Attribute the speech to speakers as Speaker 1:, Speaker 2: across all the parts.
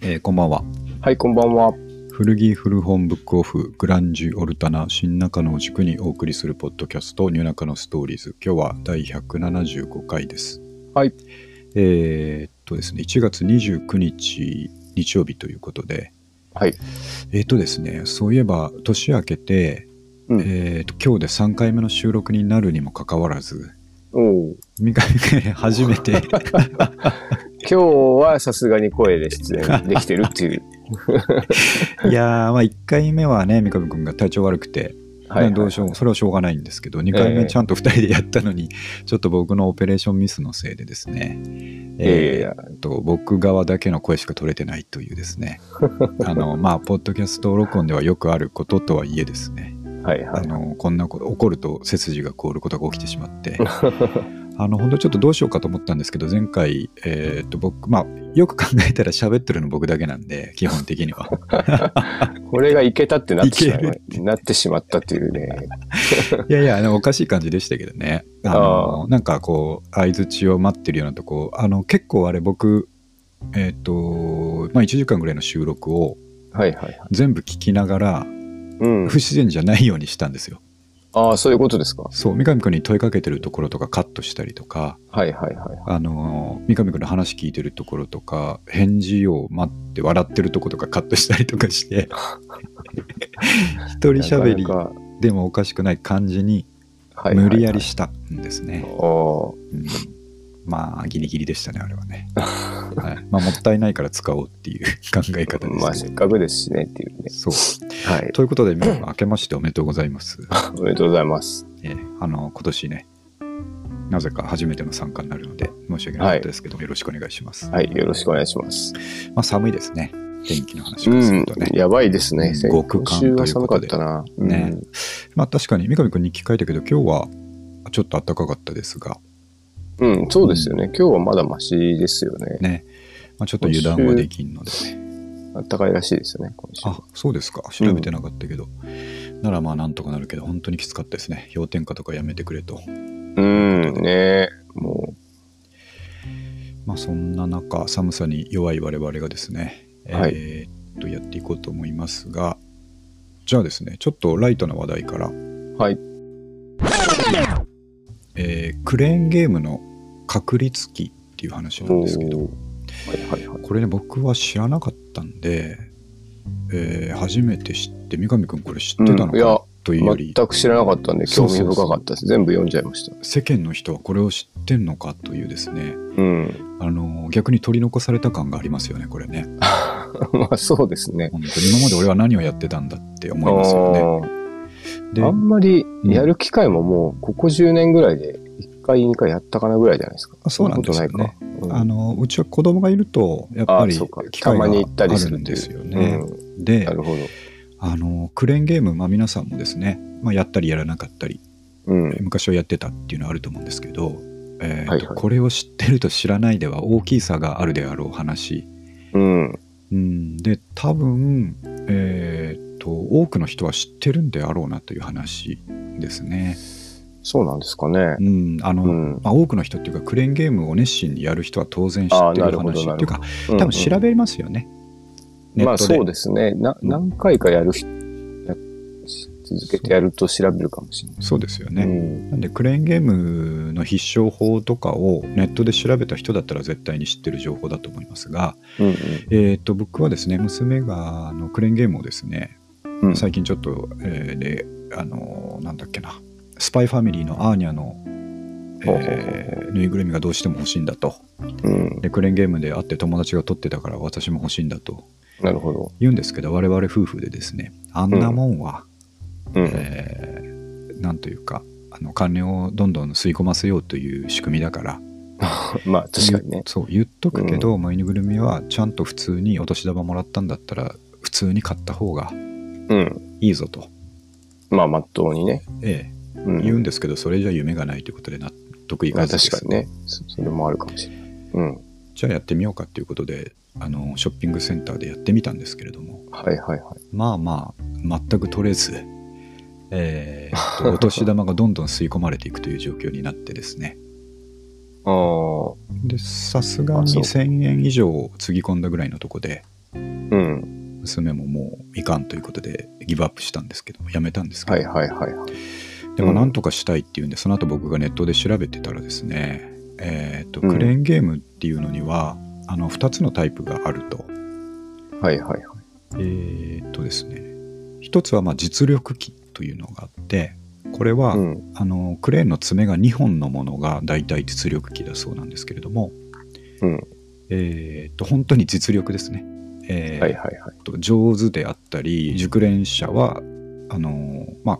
Speaker 1: えーこんばんは。
Speaker 2: はい、こんばんは。
Speaker 1: 古着古本ブックオフグランジュオルタナ新中野を軸にお送りするポッドキャスト「ニューナカのストーリーズ」今日は第175回です。
Speaker 2: はい。
Speaker 1: えーっとですね1月29日日曜日ということで
Speaker 2: はい。
Speaker 1: えーっとですねそういえば年明けて、
Speaker 2: うん
Speaker 1: えーっと今日で3回目の収録になるにもかかわらず
Speaker 2: おお。
Speaker 1: 三上が初め て
Speaker 2: 今日はさすがに声で 出演できてるっていう。
Speaker 1: いやーまあ1回目はね三上君が体調悪くて
Speaker 2: はい、
Speaker 1: ねどうしようそれはしょうがないんですけど2回
Speaker 2: え
Speaker 1: 目
Speaker 2: え
Speaker 1: ちゃんと2人でやったのに、ちょっと僕のオペレーションミスのせいでですね
Speaker 2: いやいやいや
Speaker 1: えーっと僕側だけの声しか取れてないというです ねあのまあポッドキャスト録音ではよくあることとはいえですね
Speaker 2: はいは
Speaker 1: あ
Speaker 2: い。
Speaker 1: のこんなこと起こると背筋が凍ることが起きてしまって あの本当ちょっとどうしようかと思ったんですけど前回、えーっと僕まあよく考えたら喋ってるの僕だけなんで基本的には
Speaker 2: これがいけたってなってしま
Speaker 1: いける
Speaker 2: うなってしまったっていうね。
Speaker 1: いやいやあのおかしい感じでしたけどねあのなんかこう相づちを待ってるようなとこあの結構あれ僕えっ、とまあ1時間ぐらいの収録を
Speaker 2: はいはい。
Speaker 1: 全部聞きながら
Speaker 2: うん
Speaker 1: 不。自然じゃないようにしたんですよ、
Speaker 2: ああ、そういうことですか。
Speaker 1: そう三上君に問いかけてるところとかカットしたりとか
Speaker 2: はいはいはい。
Speaker 1: あの三上君の話聞いてるところとか返事を待って笑ってるとことかカットしたりとかして 一人喋り
Speaker 2: なかなか
Speaker 1: でもおかしくない感じに
Speaker 2: はいはいはい
Speaker 1: 無理やりしたんですね、
Speaker 2: おー
Speaker 1: うんまあギリギリでしたねあれはね、はい、まあもったいないから使おうっていう 考え方です
Speaker 2: まあ
Speaker 1: け
Speaker 2: せ
Speaker 1: ど
Speaker 2: っかくですしねっていうね。
Speaker 1: そう
Speaker 2: はい。
Speaker 1: ということで皆さん明けましておめでとうございます、
Speaker 2: おめでとうございます。
Speaker 1: えーあの今年ねなぜか初めての参加になるので申し訳なかったですけど、よろしくお願いします、
Speaker 2: はい。よろしくお願いします。
Speaker 1: まあ寒いですね天気の話
Speaker 2: う
Speaker 1: をする
Speaker 2: ん
Speaker 1: とね。、
Speaker 2: やばいですね。先
Speaker 1: 極寒ということで
Speaker 2: 今週は寒かったな。うん
Speaker 1: ねまあ確かに三上君に聞かれたけど今日はちょっと暖かかったですが
Speaker 2: うん、そうですよね。今日はまだマシですよね。
Speaker 1: ね、まあ、ちょっと油断はできんので
Speaker 2: あったかいらしいですよね、今週。
Speaker 1: あそうですか調べてなかったけど、ならまあなんとかなるけど本当にきつかったですね氷点下とかやめてくれと
Speaker 2: うん、ねも
Speaker 1: まあそんな中寒さに弱い我々がですね、
Speaker 2: はい
Speaker 1: えーっとやっていこうと思いますがじゃあですねちょっとライトな話題から、
Speaker 2: う、はい。
Speaker 1: えークレーンゲームの確率機っていう話なんですけど
Speaker 2: おーはいはいはい。
Speaker 1: これね僕は知らなかったんで、えー初めて知って三上君これ知ってたの
Speaker 2: うんいや
Speaker 1: かというより、
Speaker 2: 全く知らなかったんで、興味深かったです。全部読んじゃいました。
Speaker 1: 世間の人はこれを知ってんのかというですね
Speaker 2: うん。
Speaker 1: あの逆に取り残された感がありますよねこれね
Speaker 2: まあ、そうですね。
Speaker 1: 本当に今まで俺は何をやってたんだって思いますよねで
Speaker 2: あーあんまりやる機会ももう、ここ10年ぐらいで、1回、2回やったかなぐらいじゃないですか。
Speaker 1: あそうなんですよね
Speaker 2: そことないか。うん
Speaker 1: あのうちは子供がいるとやっぱ
Speaker 2: あー、
Speaker 1: り
Speaker 2: そうか。
Speaker 1: 機
Speaker 2: た
Speaker 1: 会が
Speaker 2: ま
Speaker 1: あ
Speaker 2: に行ったりす
Speaker 1: る
Speaker 2: るっ
Speaker 1: ん
Speaker 2: て
Speaker 1: で
Speaker 2: いう
Speaker 1: すよね
Speaker 2: うん
Speaker 1: で
Speaker 2: なるほど。
Speaker 1: あのクレーンゲーム、まあ、皆さんもですね、まあ、やったりやらなかったり
Speaker 2: うん。
Speaker 1: 昔はやってたっていうのはあると思うんですけど、えーと
Speaker 2: はいはい
Speaker 1: これを知ってると知らないでは大きい差があるであろう話
Speaker 2: うん。
Speaker 1: うんで多分えーと多くの人は知ってるんであろうなという話ですね。
Speaker 2: そうなんですかね
Speaker 1: う。ん、あの、
Speaker 2: うん
Speaker 1: まあ、多くの人っていうかクレーンゲームを熱心にやる人は当然知って
Speaker 2: あーな
Speaker 1: る
Speaker 2: るほど
Speaker 1: 話
Speaker 2: なるほど
Speaker 1: っていうか
Speaker 2: うん
Speaker 1: 多分調べますよね、
Speaker 2: まあそう
Speaker 1: で
Speaker 2: ですね。な
Speaker 1: うん
Speaker 2: 何回かやる人、やし続けてやると調べるかもしれない。
Speaker 1: そうですよね、
Speaker 2: うん
Speaker 1: なんでクレーンゲームの必勝法とかをネットで調べた人だったら絶対に知ってる情報だと思いますが、
Speaker 2: うん
Speaker 1: えー、と僕はですね娘があのクレーンゲームをですね
Speaker 2: うんうん
Speaker 1: 最近ちょっと、えーであのなんだっけなスパイファミリーのアーニャの、
Speaker 2: ほうほうほう
Speaker 1: えーぬいぐるみがどうしても欲しいんだと
Speaker 2: うん
Speaker 1: でクレーンゲームで会って友達が取ってたから私も欲しいんだと
Speaker 2: なるほど。
Speaker 1: 言うんですけど我々夫婦でですねあんなもんは、
Speaker 2: うん
Speaker 1: えーなんというかあの金をどんどん吸い込ませようという仕組みだから
Speaker 2: まあ確かにね。
Speaker 1: そう言っとくけど、まあぬいぐるみはちゃんと普通にお年玉もらったんだったら普通に買った方が
Speaker 2: うん。
Speaker 1: いいぞと、
Speaker 2: まあまっとうにね。
Speaker 1: え
Speaker 2: う
Speaker 1: え、言うん
Speaker 2: ん。
Speaker 1: ですけどそれじゃ夢がないということで納得い
Speaker 2: ま
Speaker 1: か
Speaker 2: あ
Speaker 1: ずです
Speaker 2: 確かにね。そそれもあるかもしれない。うん。
Speaker 1: じゃあやってみようかということであのショッピングセンターでやってみたんですけれども
Speaker 2: はいはいは
Speaker 1: まあまあ全く取れず、えーっ とお年玉がどんどん吸い込まれていくという状況になってですね
Speaker 2: い。
Speaker 1: でさすが
Speaker 2: あ
Speaker 1: に
Speaker 2: そう
Speaker 1: 1000円以上つぎ込んだぐらいのとこで
Speaker 2: ああ。
Speaker 1: 娘ももういかんということでギブアップしたんですけどやめたんですけど、
Speaker 2: はいはいはいはい。
Speaker 1: でもなんとかしたいっていうんでその後僕がネットで調べてたらですね、えー、とクレーンゲームっていうのには、あの2つのタイプがあると
Speaker 2: はいはいはい。
Speaker 1: えーっとですね一つはまあ実力機というのがあってこれは、
Speaker 2: うん。
Speaker 1: あのクレーンの爪が2本のものが大体実力機だそうなんですけれども、
Speaker 2: うん
Speaker 1: えーっと本当に実力ですね、えー
Speaker 2: はいはいはい。
Speaker 1: と上手であったり熟練者はあのまあ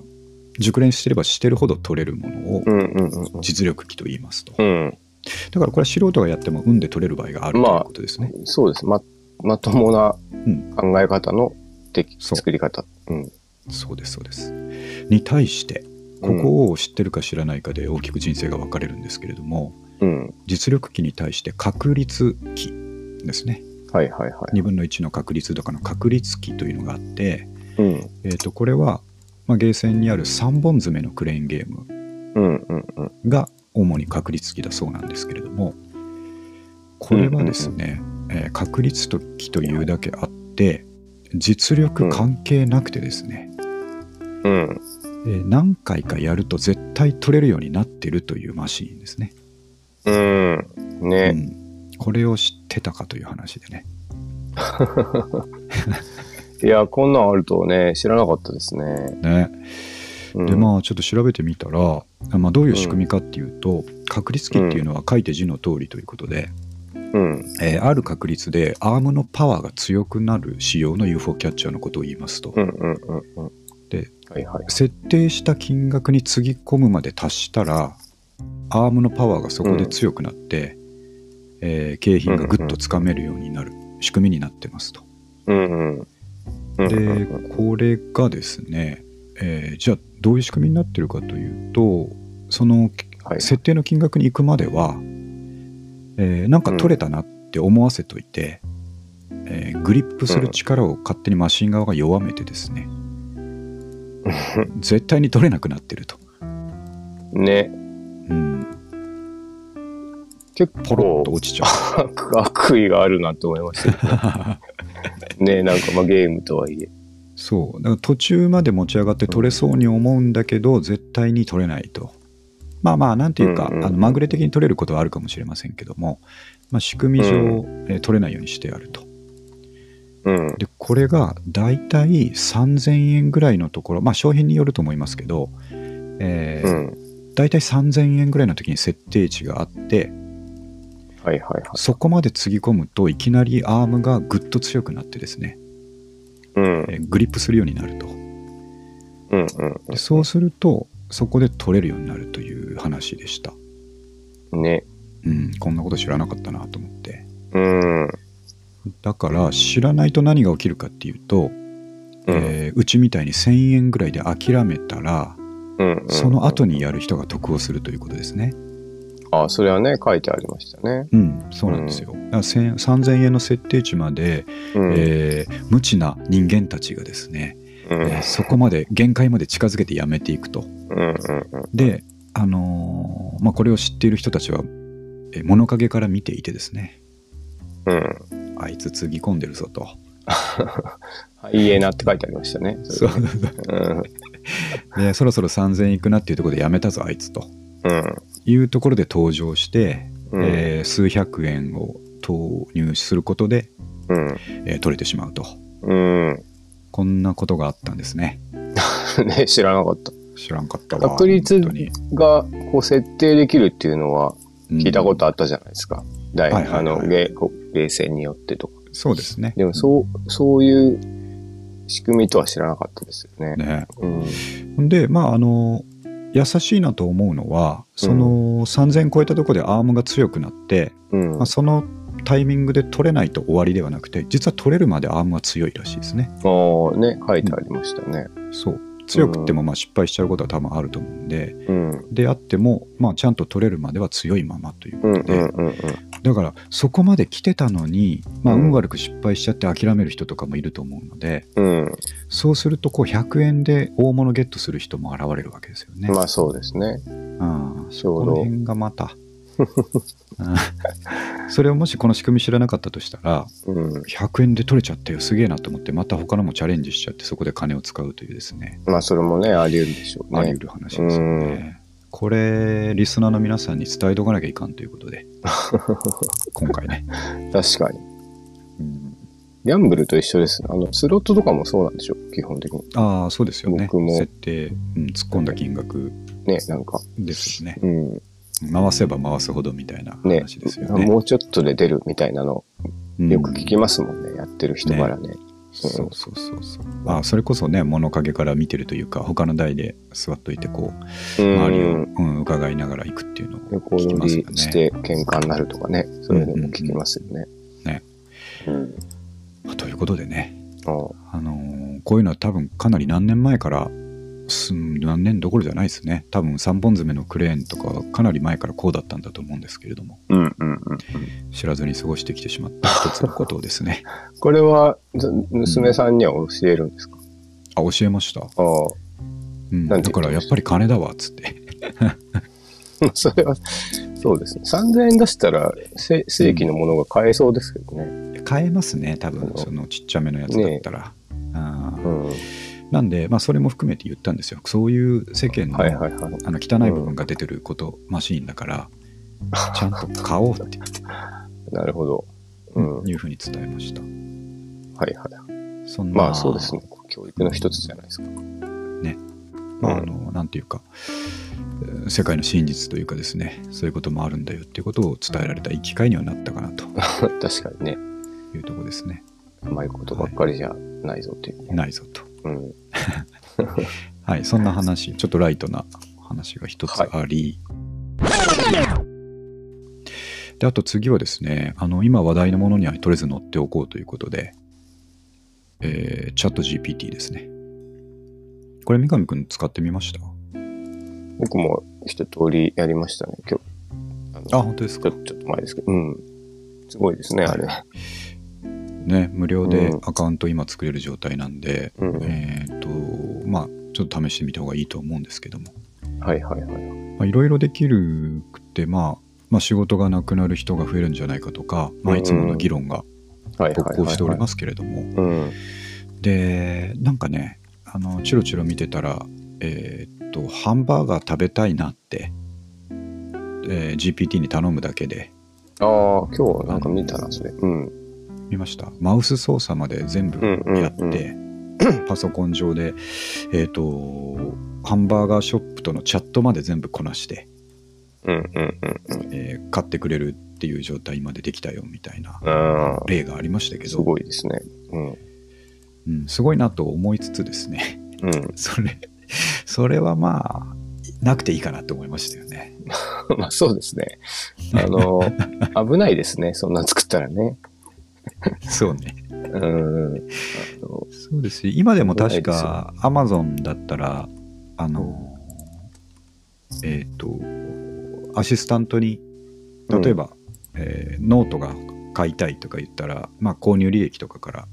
Speaker 1: 熟練してればしてるほど取れるものを
Speaker 2: うんうんうん
Speaker 1: 実力機と言いますと、
Speaker 2: うん。
Speaker 1: だからこれは素人がやっても運で取れる場合があるということですね、
Speaker 2: うん。そうです。ま、まともなん考え方のでき
Speaker 1: そう
Speaker 2: 作り方。うん。
Speaker 1: そうですそうですに対してここを知ってるか知らないかで大きく人生が分かれるんですけれども、
Speaker 2: うん。
Speaker 1: 実力期に対して確率期ですね
Speaker 2: はいはいはい。
Speaker 1: 2分の1の確率とかの確率期というのがあって、
Speaker 2: うん。
Speaker 1: えー、とこれは、まあ、ゲーセンにある3本詰めのクレーンゲーム
Speaker 2: うんうんうん。
Speaker 1: が主に確率期だそうなんですけれどもこれはですね、えー確率期というだけあって実力関係なくてですね、
Speaker 2: うん。
Speaker 1: えー何回かやると絶対取れるようになってるというマシーンですね。
Speaker 2: うん。
Speaker 1: う
Speaker 2: ね。
Speaker 1: ん、これを知ってたかという話でね。
Speaker 2: いや、こんなんあるとね、知らなかったですね。
Speaker 1: ね
Speaker 2: うん、
Speaker 1: でまあちょっと調べてみたら、あまあ、どういう仕組みかっていうと、確率機っていうのは書いて字の通りということで、
Speaker 2: うん。
Speaker 1: えーある確率でアームのパワーが強くなる仕様の UFO キャッチャーのことを言いますと、
Speaker 2: うんうんうんうん。
Speaker 1: で、
Speaker 2: はいはい。
Speaker 1: 設定した金額につぎ込むまで達したらアームのパワーがそこで強くなって、えー景品がぐっとつかめるようになる仕組みになってますと。
Speaker 2: うんうん。うんう
Speaker 1: で
Speaker 2: ん
Speaker 1: これがですね、えーじゃあどういう仕組みになってるかというとその
Speaker 2: はい。
Speaker 1: 設定の金額に行くまでは、えーなんか取れたなって思わせといて、えーグリップする力を勝手にマシン側が弱めてですね、絶対に取れなくなってると、
Speaker 2: ね。
Speaker 1: うん、
Speaker 2: 結
Speaker 1: ポロッ
Speaker 2: 構
Speaker 1: と落ちちゃ
Speaker 2: 悪悪意があるなと思いましたけ
Speaker 1: う
Speaker 2: どね。なんかまあゲームとはいえ。
Speaker 1: そうだから途中まで持ち上がって取れそうに思うんだけど絶対に取れないとまあまあなんていうか、
Speaker 2: うんうんうん
Speaker 1: あのまぐれ的に取れることはあるかもしれませんけども、まあ、仕組み上、
Speaker 2: う
Speaker 1: えー取れないようにしてあると
Speaker 2: うん。
Speaker 1: でこれがだいたい3000円ぐらいのところまあ商品によると思いますけど、え
Speaker 2: う
Speaker 1: ー
Speaker 2: ん。
Speaker 1: だいたい3000円ぐらいの時に設定値があって
Speaker 2: はいはいはい。
Speaker 1: そこまでつぎ込むといきなりアームがぐっと強くなってですね、
Speaker 2: うん。
Speaker 1: えーグリップするようになると
Speaker 2: うんうん
Speaker 1: でそうするとそこで取れるようになるという話でした
Speaker 2: うん。ね。
Speaker 1: うんこんなこと知らなかったなと思って
Speaker 2: うん。
Speaker 1: だから知らないと何が起きるかっていうと、う
Speaker 2: うん
Speaker 1: えーうちみたいに1000円ぐらいで諦めたら
Speaker 2: うん。
Speaker 1: その後にやる人が得をするということですね。
Speaker 2: あ、それはね、書いてありましたね。
Speaker 1: うん、そうなんですよ。だから1000 3000円の設定値まで、
Speaker 2: うん。
Speaker 1: えー無知な人間たちがですね、
Speaker 2: うん
Speaker 1: えーそこまで限界まで近づけてやめていくと。
Speaker 2: うんうんうん。
Speaker 1: で、あのーまあ、これを知っている人たちは、えー物陰から見ていてですね、
Speaker 2: うん。
Speaker 1: あいつつぎ込んでるぞと。
Speaker 2: ハイエナって書いてありましたね。
Speaker 1: そう
Speaker 2: れねうん。
Speaker 1: でそろそろ3000円いくなっていうところでやめたぞあいつと
Speaker 2: うん。
Speaker 1: いうところで登場して、
Speaker 2: うん。
Speaker 1: えー数百円を投入することで、えー取れてしまうと。
Speaker 2: うん。うん。
Speaker 1: こんなことがあったんですね。
Speaker 2: ね、知らなかった。
Speaker 1: 知らんかったわ。
Speaker 2: 確率
Speaker 1: 本当に
Speaker 2: が、こう、設定できるっていうのは、聞いたことあったじゃないですか。大
Speaker 1: はいはいはい
Speaker 2: あの、ゲーこうゲーセンによってとか。
Speaker 1: そうですね。
Speaker 2: でも、そう、そういう仕組みとは知らなかったですよね。
Speaker 1: ね。
Speaker 2: うん。
Speaker 1: ほんで、まあ、あの、優しいなと思うのは、その3000超えたところでアームが強くなって、
Speaker 2: うん
Speaker 1: まあ、。そのタイミングで取れないと終わりではなくて、実は取れるまでアームは強いらしいですね。
Speaker 2: ああ、ね、書いてありましたね。
Speaker 1: そう。強くってもまあ失敗しちゃうことは多分あると思うんで、
Speaker 2: うん。
Speaker 1: であっても、まあ、ちゃんと取れるまでは強いままという
Speaker 2: う
Speaker 1: こ
Speaker 2: ん
Speaker 1: と
Speaker 2: う
Speaker 1: で、
Speaker 2: んうんうん。
Speaker 1: だからそこまで来てたのに、まあ、
Speaker 2: うん
Speaker 1: 運悪く失敗しちゃって諦める人とかもいると思うので、
Speaker 2: うん。
Speaker 1: そうするとこう100円で大物ゲットする人も現れるわけですよね。
Speaker 2: まあそうですね。
Speaker 1: ああ、
Speaker 2: ちょ
Speaker 1: こ
Speaker 2: う
Speaker 1: の
Speaker 2: ど。
Speaker 1: 辺がまたそれをもしこの仕組み知らなかったとしたら、
Speaker 2: うん。
Speaker 1: 100円で取れちゃったよ、すげえなと思って、また他のもチャレンジしちゃって、そこで金を使うというですね、
Speaker 2: まあ、それもね、あり得るでしょう
Speaker 1: あり
Speaker 2: ね
Speaker 1: 得。る話ですよね。これ、リスナーの皆さんに伝えとかなきゃいかんということ で、今回ね。
Speaker 2: 確かに。
Speaker 1: うん
Speaker 2: ギャンブルと一緒です。あの、スロットとかもそうなんでしょう基本的に。
Speaker 1: ああ、そうですよね。
Speaker 2: 僕も
Speaker 1: 設定、うん、突っ込んだ金額
Speaker 2: ね、なんか。
Speaker 1: ですよね。
Speaker 2: うん。
Speaker 1: 回せば回すほどみたいな
Speaker 2: ね
Speaker 1: 話ですよね。
Speaker 2: もうちょっとで出るみたいなの、
Speaker 1: うん
Speaker 2: よく聞きますもんね。やってる人からね。
Speaker 1: そうそうそうそう。まあ、それこそね、物陰から見てるというか、他の台で座っといて、こう、
Speaker 2: うん。
Speaker 1: 周りを、うん、伺いながら行くっていうのを
Speaker 2: 横
Speaker 1: 聞き
Speaker 2: 乗
Speaker 1: ます
Speaker 2: り
Speaker 1: よ
Speaker 2: し
Speaker 1: ね。
Speaker 2: て喧嘩になるとかね。それでも聞きますよね。
Speaker 1: ね
Speaker 2: うん。
Speaker 1: まあということでね、
Speaker 2: あ
Speaker 1: あのーこういうのは多分かなり何年前から、す何年どころじゃないですね。多分三本爪のクレーンとか、かなり前からこうだったんだと思うんですけれども、
Speaker 2: うんうんうんうん。
Speaker 1: 知らずに過ごしてきてしまった一つのことをです ね、
Speaker 2: これは、ず娘さんには教えるんですか、
Speaker 1: あ、教えました。
Speaker 2: あ
Speaker 1: うん、
Speaker 2: なん
Speaker 1: だ
Speaker 2: て言ってました
Speaker 1: からやっぱり金だわ、つって。
Speaker 2: あ。それは、そうですね。3000円出したら、せ正規のものが買えそうですけどね。
Speaker 1: 買えますね多分
Speaker 2: そう
Speaker 1: そのちっちゃめのやつだったら、あ
Speaker 2: う
Speaker 1: ー
Speaker 2: ん。
Speaker 1: なんで、まあ、それも含めて言ったんですよそういう世間の,、
Speaker 2: はいはいはい。
Speaker 1: あの汚い部分が出てること、マシーンだからちゃんと買おうって
Speaker 2: なるほど。うん。はい
Speaker 1: いうふうに伝えました、
Speaker 2: はい。
Speaker 1: そんな
Speaker 2: まあそうですね。教育の一つじゃないですか。
Speaker 1: ね。
Speaker 2: う
Speaker 1: あ
Speaker 2: ん。
Speaker 1: のなんていうかえー世界の真実というかですねそういうこともあるんだよっていうことを伝えられたいい機会にはなったかなと
Speaker 2: 確かにね。
Speaker 1: いうところですね
Speaker 2: 甘いことばっかりじゃないぞっていうね。
Speaker 1: ないぞと
Speaker 2: うん。
Speaker 1: はいそんな話ちょっとライトな話が一つあり、であと次はですねあの今話題のものにはとりあえず載っておこうということで、えー、チャット GPT ですねこれ三上くん使ってみました
Speaker 2: 僕も一通りやりましたね、今日。
Speaker 1: あ
Speaker 2: の
Speaker 1: 本当です
Speaker 2: ち
Speaker 1: か
Speaker 2: ょちょっと前ですけど。うん。すごいですね、あれ。
Speaker 1: ね無料で
Speaker 2: うん
Speaker 1: アカウント今作れる状態なんで、
Speaker 2: うん。
Speaker 1: えっ、とまあちょっと試してみた方がいいと思うんですけども
Speaker 2: はいはいはい。
Speaker 1: まあいろいろできるくて、まあ、まあ仕事がなくなる人が増えるんじゃないかとか、まあ、いつもの議論が
Speaker 2: はいはい
Speaker 1: 勃
Speaker 2: はい、。
Speaker 1: 興しておりますすけれども、
Speaker 2: うん。
Speaker 1: でなんかねあのチロチロ見てたらえーっとハンバーガー食べたいなって、えー GPT に頼むだけで
Speaker 2: ああ、今日なんか見たな、それ。うん。
Speaker 1: 見ましたマウス操作まで全部
Speaker 2: うんうん
Speaker 1: やって、パソコン上でえーっとハンバーガーショップとのチャットまで全部こなして、
Speaker 2: うんうんうんうん。
Speaker 1: えー買ってくれるっていう状態までできたよみたいな
Speaker 2: あ
Speaker 1: 例がありましたけ
Speaker 2: ーす
Speaker 1: ど
Speaker 2: ごいですね。うん。
Speaker 1: うん、すごいなと思いつつですね
Speaker 2: うん。
Speaker 1: それ、それはまあ、なくていいかなと思いましたよね。
Speaker 2: まあそうですね。あの、 危ないですね、そんなん作ったらね。
Speaker 1: そうね。
Speaker 2: うん。あの
Speaker 1: そうですし、今でも確
Speaker 2: 危
Speaker 1: か、アマゾンだったら、あの、えっ、と、アシスタントに、例えば、えーノートが買いたいとか言ったら、まあ、購入履歴とかから、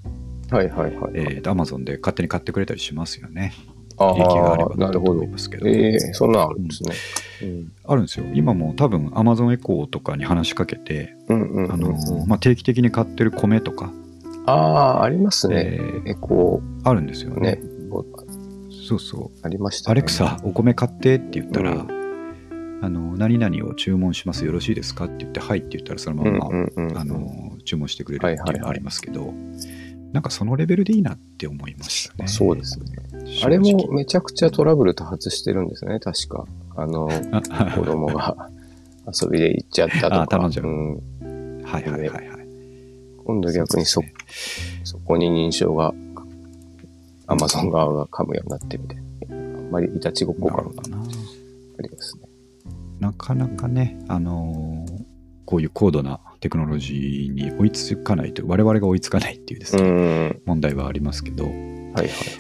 Speaker 2: はいはいはい。
Speaker 1: えーと、アマゾンで勝手に買ってくれたりしますよね。
Speaker 2: あ
Speaker 1: 利益があれば
Speaker 2: ーな
Speaker 1: だ
Speaker 2: る
Speaker 1: と
Speaker 2: ほ
Speaker 1: 思
Speaker 2: ど
Speaker 1: い。ますけど。
Speaker 2: ええそんなんあるんですね。うん。
Speaker 1: あるんですよ。今も多分、アマゾンエコーとかに話しかけて、
Speaker 2: うんうん、うん。
Speaker 1: あのまあ、定期的に買ってる米とか、
Speaker 2: ああ、ありますね。
Speaker 1: えー
Speaker 2: エコ
Speaker 1: あるんですよ
Speaker 2: ー
Speaker 1: ね
Speaker 2: ね。ぼ
Speaker 1: そうそう。
Speaker 2: ありました、ね。
Speaker 1: アレクサ、お米買ってって言ったら、
Speaker 2: う
Speaker 1: あの、何々を注文します、よろしいですかって言って、はいって言ったら、その
Speaker 2: う
Speaker 1: ま
Speaker 2: ん
Speaker 1: んま、
Speaker 2: うんうん。
Speaker 1: あ、の、注文してくれるって
Speaker 2: はいいうは
Speaker 1: の
Speaker 2: い
Speaker 1: ありますけど、なんかそのレベルでいいなって思いましたね。
Speaker 2: そうですね。
Speaker 1: 正直。
Speaker 2: あれ もめちゃくちゃトラブル多発してるんですね、確か。あの、
Speaker 1: あ、
Speaker 2: 子供が 遊びで行っちゃったと
Speaker 1: あ
Speaker 2: か。、
Speaker 1: 頼んじゃうんはいはいはいはい。
Speaker 2: 今度逆に
Speaker 1: そ
Speaker 2: そ
Speaker 1: うですね
Speaker 2: そこに認証が、アマゾン側が噛むようになってみたいな。あんまりいたちごっこ
Speaker 1: なる
Speaker 2: 感
Speaker 1: ほ
Speaker 2: が
Speaker 1: どな。
Speaker 2: ありますね。
Speaker 1: なかなかね、あのーこういう高度なテクノロジーに追いつかないという、我々が追いつかないっていうです
Speaker 2: う
Speaker 1: ね、
Speaker 2: ん。はい
Speaker 1: 問題はありますけど、
Speaker 2: はい。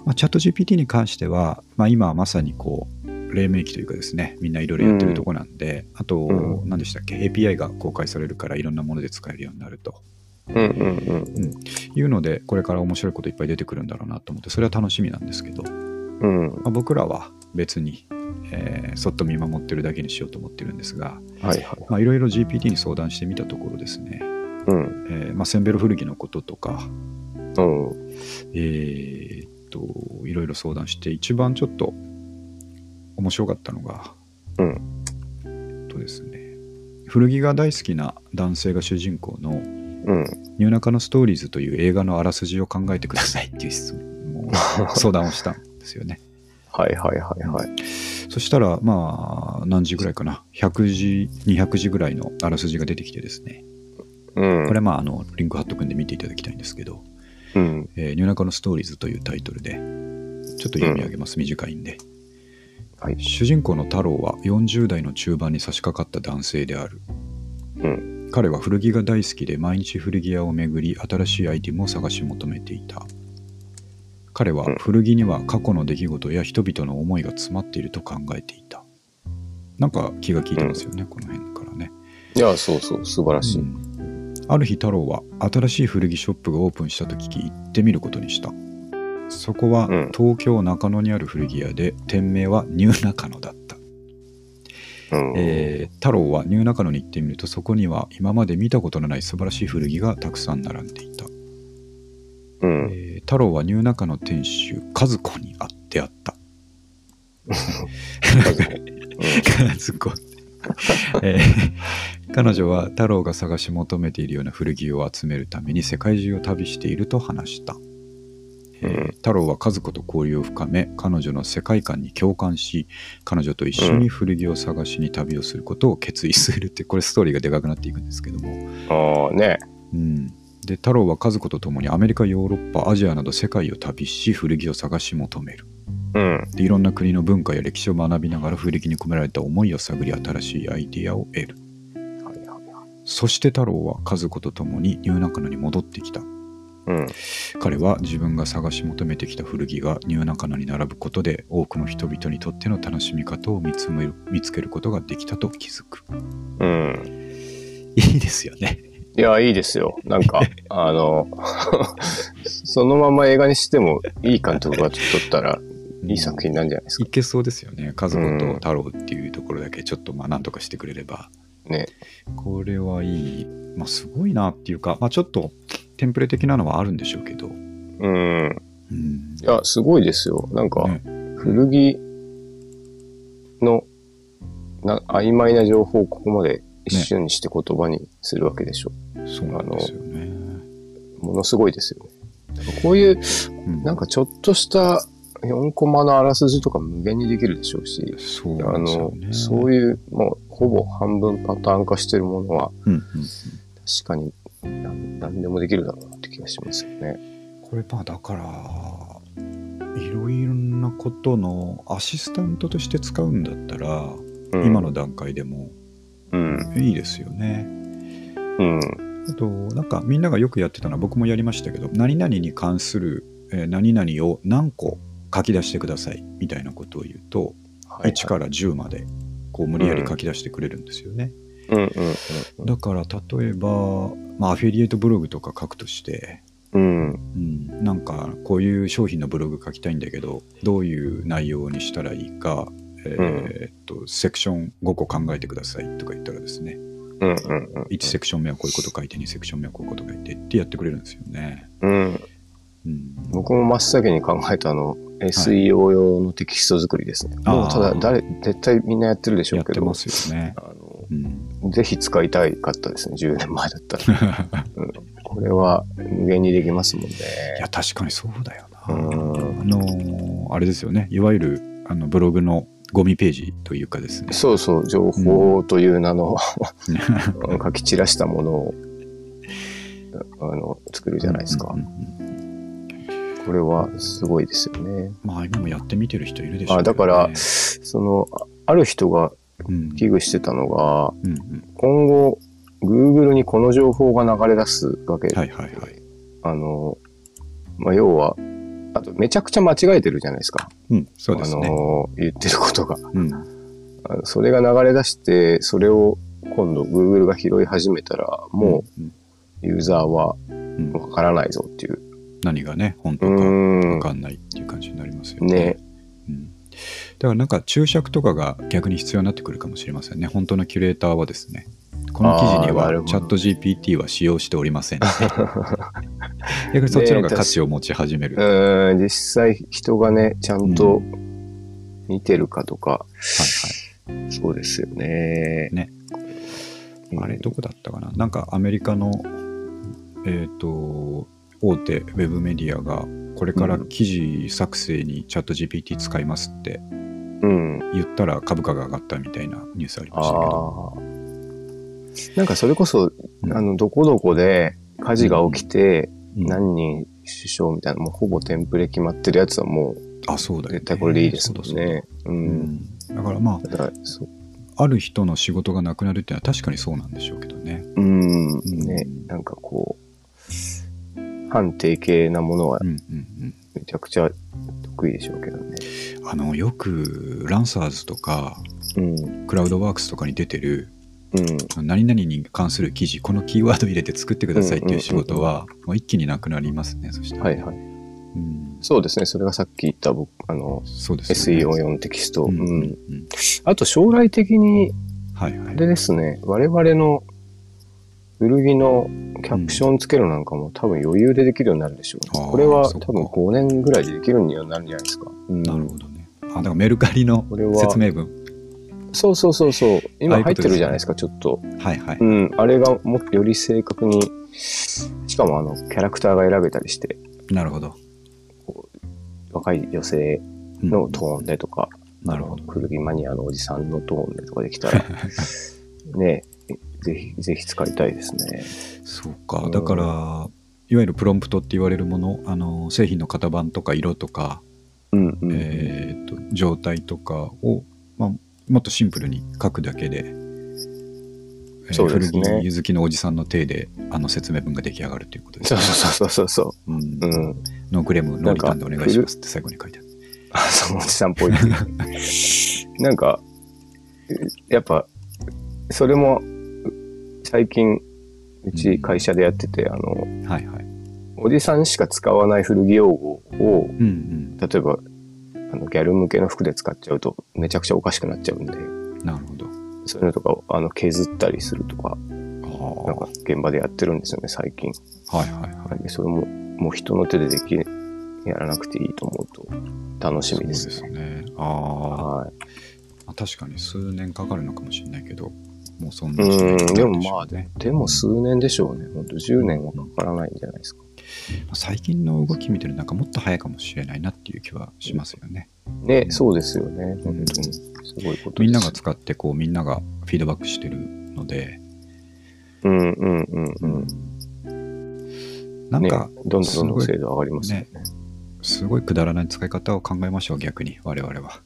Speaker 1: まあ、チャット GPT に関しては、まあ、今はまさにこう黎明期というかですねみんないろいろやってるとこなんで、あと、
Speaker 2: う
Speaker 1: 何でしたっけ API が公開されるからいろんなもので使えるようになると
Speaker 2: うんうん
Speaker 1: いうのでこれから面白いこといっぱい出てくるんだろうなと思ってそれは楽しみなんですけど
Speaker 2: うん。うん。
Speaker 1: まあ、僕らは別に、えーそっと見守ってるだけにしようと思ってるんですが、
Speaker 2: はいはい。
Speaker 1: まあ、いろいろ GPT に相談してみたところですね、
Speaker 2: うん。
Speaker 1: えーまあ、センベロ古着のこととか、
Speaker 2: うん。
Speaker 1: えーっと、いろいろ相談して、一番ちょっと面白かったのが、
Speaker 2: う
Speaker 1: えっとですね、古着が大好きな男性が主人公の
Speaker 2: うん。
Speaker 1: 「ニューナカのストーリーズ」という映画のあらすじを考えてくださいっていう質問を相談をしたんですよね。
Speaker 2: はいはいはいはい。
Speaker 1: そしたら、まあ、何時ぐらいかな、100時、200時ぐらいのあらすじが出てきてですね、
Speaker 2: うん。
Speaker 1: これはまあ、あのリンク貼っとくんで見ていただきたいんですけど、
Speaker 2: うん。
Speaker 1: えー、ニューナカのストーリーズというタイトルで、ちょっと読み上げます、短いんで。
Speaker 2: はい
Speaker 1: 主人公の太郎は40代の中盤に差し掛かった男性である。
Speaker 2: うん。
Speaker 1: 彼は古着が大好きで毎日古着屋を巡り新しいアイテムを探し求めていた彼は
Speaker 2: うん
Speaker 1: 古着には過去の出来事や人々の思いが詰まっていると考えていたなんか気が利いてますよね、この辺からね、
Speaker 2: いや、そうそう、素晴らしい。
Speaker 1: ある日太郎は新しい古着ショップがオープンしたと聞き行ってみることにしたそこは
Speaker 2: うん
Speaker 1: 東京中野にある古着屋で店名はニュー中野だった
Speaker 2: うん。
Speaker 1: えー太郎はニューナカノに行ってみるとそこには今まで見たことのない素晴らしい古着がたくさん並んでいた、
Speaker 2: うん。
Speaker 1: えー太郎はニューナカの店主和子に会ってあった
Speaker 2: まずね
Speaker 1: 和子、 えー彼女は太郎が探し求めているような古着を集めるために世界中を旅していると話した、えー
Speaker 2: うん
Speaker 1: 太郎は和子と交流を深め彼女の世界観に共感し彼女と一緒に古着を探しに旅をすることを決意するってこれストーリーがでかくなっていくんですけども
Speaker 2: ああ、ね。
Speaker 1: うん、で太郎は和子と共にアメリカヨーロッパアジアなど世界を旅し古着を探し求める
Speaker 2: うん。
Speaker 1: でいろんな国の文化や歴史を学びながら古着に込められた思いを探り新しいアイディアを得る
Speaker 2: はいはいはい。
Speaker 1: そして太郎は和子と共にニューナカノに戻ってきた
Speaker 2: うん。
Speaker 1: 彼は自分が探し求めてきた古着がニューナカノに並ぶことで多くの人々にとっての楽しみ方を見つめる見つけることができたと気づ く
Speaker 2: うん。
Speaker 1: いいですよね
Speaker 2: いや、いいですよ。なんか、あの、そのまま映画にしても、いい監督が撮ったら、いい作品なんじゃないです
Speaker 1: い
Speaker 2: か。
Speaker 1: けそうですよね和子
Speaker 2: うん
Speaker 1: と太郎っていうところだけちょっとまあなんとかしてくれれば
Speaker 2: ね。
Speaker 1: これはいい、まあ、すごいなっていうか、まあ、ちょっとテンプレ的なのはあるんでしょうけど、う
Speaker 2: うん。
Speaker 1: ん、
Speaker 2: いや、すごいですよ。なんか、
Speaker 1: ね
Speaker 2: 古着のな曖昧な情報をここまで一瞬にして言葉にするわけでしょ。
Speaker 1: そうなんですよね。
Speaker 2: ものすごいですよね。こういう、
Speaker 1: うん
Speaker 2: なんかちょっとした4コマのあらすじとか無限にできるでしょうし、
Speaker 1: そう
Speaker 2: あ
Speaker 1: なんですよ
Speaker 2: の、
Speaker 1: ね。
Speaker 2: そういう、もうほぼ半分パターン化してるものは、
Speaker 1: うんうん
Speaker 2: 確かに何何でもできるだろうなって気がしますよね。
Speaker 1: これまあだからいろいろなことのアシスタントとして使うんだったら、
Speaker 2: うん
Speaker 1: 今の。段階でも
Speaker 2: うん。
Speaker 1: いいですよね。
Speaker 2: うん。
Speaker 1: あとなんかみんながよくやってたのは僕もやりましたけど何々に関する、えー何々を何個書き出してくださいみたいなことを言うと、
Speaker 2: はい
Speaker 1: 1から10までこう無理やり書き出してくれるんですよね、
Speaker 2: うんうん
Speaker 1: だから例えば、まあ、アフィリエイトブログとか書くとして、
Speaker 2: うん。うん。
Speaker 1: うん、なんかこういう商品のブログ書きたいんだけどどういう内容にしたらいいか、えーっとセクション5個考えてくださいとか言ったらですね
Speaker 2: うんうんうん。
Speaker 1: 1セクション目はこういうこと書いて2セクション目はこういうこと書いてってやってくれるんですよね。
Speaker 2: うん。
Speaker 1: うん、
Speaker 2: 僕も真っ先に考えたあの SEO 用のテキスト作りですね。
Speaker 1: あー
Speaker 2: もうただ誰、絶対みんなやってるでしょ
Speaker 1: や
Speaker 2: う
Speaker 1: っ
Speaker 2: け
Speaker 1: て
Speaker 2: ど
Speaker 1: ま、すよね。
Speaker 2: あの
Speaker 1: うん、
Speaker 2: ぜひ使いたいかったですね、10年前だったら。 これは無限にできますもんね。
Speaker 1: いや確かにそうだよな。
Speaker 2: うん
Speaker 1: あのーあれですよね、いわゆるあのブログのゴミページというかですね、
Speaker 2: そうそう、情報という名の、
Speaker 1: じ
Speaker 2: 書き散らしたものをあの作 るじゃないですか。これはすごいですよね。
Speaker 1: まあ、今もやってみてる人いるでしょうけ
Speaker 2: あ
Speaker 1: ど
Speaker 2: だ
Speaker 1: ね
Speaker 2: から、その、あある人が
Speaker 1: うん
Speaker 2: 危惧してたのが、
Speaker 1: うんうん
Speaker 2: 今後、Google にこの情報が流れ出すわけで
Speaker 1: はいはいはい。
Speaker 2: あの、まあ、要は、あとめちゃくちゃ間違えてるじゃないですか。
Speaker 1: うん、そうです
Speaker 2: あ
Speaker 1: ね。
Speaker 2: の、言ってることが。
Speaker 1: うん
Speaker 2: あのそれが流れ出して、それを今度 Google が拾い始めたら、も
Speaker 1: うん
Speaker 2: うユーザーは
Speaker 1: うん
Speaker 2: わからないぞっていう。
Speaker 1: 何がね、本
Speaker 2: う
Speaker 1: 当か
Speaker 2: ー
Speaker 1: 分
Speaker 2: ん。
Speaker 1: かんないっていう感じになりますよね。
Speaker 2: ね。
Speaker 1: だからなんか注釈とかが逆に必要になってくるかもしれませんね。本当のキュレーターはですね、この記事に
Speaker 2: あーなる
Speaker 1: は
Speaker 2: ほど
Speaker 1: チャット GPT は使用しておりません って。逆にそっちの方が価値を持ち始める。は
Speaker 2: うん、実際人がね、ちゃんと見てるかとか、
Speaker 1: い
Speaker 2: そうですよね。
Speaker 1: ね
Speaker 2: うん。
Speaker 1: はい、あれ、どこだったかななんかアメリカの、えっと大手ウェブメディアがこれから記事作成にチャット GPT 使いますって
Speaker 2: うん。
Speaker 1: 言ったら株価が上がったみたいなニュースありましたけど。
Speaker 2: ああ。なんかそれこそ、
Speaker 1: うん
Speaker 2: あの、どこどこで火事が起きて、
Speaker 1: うん
Speaker 2: 何人首相みたいな、もうほぼテンプレ決まってるやつはもう、
Speaker 1: あ、そうだよね
Speaker 2: 絶対これでいいですもん
Speaker 1: そうだそうだ
Speaker 2: ね。う。
Speaker 1: うんん、だからま
Speaker 2: だから、そう。
Speaker 1: あある人の仕事がなくなるっていうのは確かにそうなんでしょうけどね。
Speaker 2: うん。ね、なんかこう、反定型なものは
Speaker 1: うんうん
Speaker 2: めちゃくちゃ得意でしょうけどね。
Speaker 1: うん、あのよくランサーズとか
Speaker 2: うん。
Speaker 1: クラウドワークスとかに出てる
Speaker 2: うん。
Speaker 1: 何々に関する記事このキーワード入れて作ってくださいっていう仕事はもう一気になくなりますねそして、
Speaker 2: はいはい。
Speaker 1: うん、
Speaker 2: そうですね。それがさっき言った僕、あの、
Speaker 1: そうですよ
Speaker 2: SEO
Speaker 1: ね
Speaker 2: 用のテキスト。
Speaker 1: うんうんう
Speaker 2: うん。
Speaker 1: ん
Speaker 2: あと将来的に、
Speaker 1: はいは
Speaker 2: あ
Speaker 1: い
Speaker 2: れですね、我々の古着のキャプションつけるなんかも多分余裕でできるようになるでしょうね、
Speaker 1: あー
Speaker 2: これは
Speaker 1: そっか
Speaker 2: 多分5年ぐらいでできるようにはなるんじゃないですか。うん
Speaker 1: なるほどねあだからメルカリの
Speaker 2: これは
Speaker 1: 説明文
Speaker 2: そうそうそうそう。
Speaker 1: ああ
Speaker 2: 今
Speaker 1: いうこ
Speaker 2: 入っ
Speaker 1: とです
Speaker 2: て
Speaker 1: ね
Speaker 2: るじゃないですか、ちょっと。
Speaker 1: はいはい、
Speaker 2: うん。あれがもっとより正確に、しかもあの、キャラクターが選べたりして、
Speaker 1: なるほど、
Speaker 2: 若い女性
Speaker 1: うん
Speaker 2: のトーンでとか、
Speaker 1: なるほど
Speaker 2: 古着マニアのおじさんのトーンでとかでき たら、ね、ぜひ、ぜひ使いたいですね。
Speaker 1: そうかだからいわゆるプロンプトって言われるものあの製品の型番とか色とか
Speaker 2: うんうん。
Speaker 1: えー、と状態とかを、まあ、もっとシンプルに書くだけで、えー
Speaker 2: そうですね
Speaker 1: 古着ゆずきのおじさんの手であの説明文が出来上がるということです
Speaker 2: そう
Speaker 1: ね。
Speaker 2: そうそうそうそう。
Speaker 1: うん
Speaker 2: うん。
Speaker 1: ノークレーム、ノーリターンでお願いしますって最後に書いてある。
Speaker 2: あ、そう、おじさんっ ぽいっていう。なんか、やっぱ、それも、最近、うち会社でやってて、あの、
Speaker 1: はいはい。
Speaker 2: おじさんしか使わない古着用語を、
Speaker 1: うん
Speaker 2: 例えば、あの、ギャル向けの服で使っちゃうと、めちゃくちゃおかしくなっちゃうんで、
Speaker 1: うん。なるほど。
Speaker 2: そういうのとかを、あの、削ったりするとか、なんか
Speaker 1: あ
Speaker 2: 現場でやってるんですよね、最近。
Speaker 1: あ。はいはいはい。
Speaker 2: でそれも、もう人の手ででき、やらなくていいと思うと、楽しみですね。
Speaker 1: そうですね。あ
Speaker 2: はい。
Speaker 1: あ。確かに数年かかるのかもしれないけど、もうそんな時代になる
Speaker 2: うん、
Speaker 1: でし
Speaker 2: で
Speaker 1: ょう
Speaker 2: もまあ
Speaker 1: ね
Speaker 2: ね。、でも数年でしょうね。ほんと10年はかからないんじゃないですか。
Speaker 1: 最近の動き見てるなんかもっと早いかもしれないなっていう気はしますよね。
Speaker 2: ね、そうですよね。
Speaker 1: う
Speaker 2: 本
Speaker 1: ん
Speaker 2: 当に。すごいことです。
Speaker 1: みんなが使ってこうみんながフィードバックしてるので、
Speaker 2: うんうんうんうん。
Speaker 1: なんか、
Speaker 2: ね、どんどんどんどん精度上がりますよね。
Speaker 1: すごいくだらない使い方を考えましょう逆に我々は。うん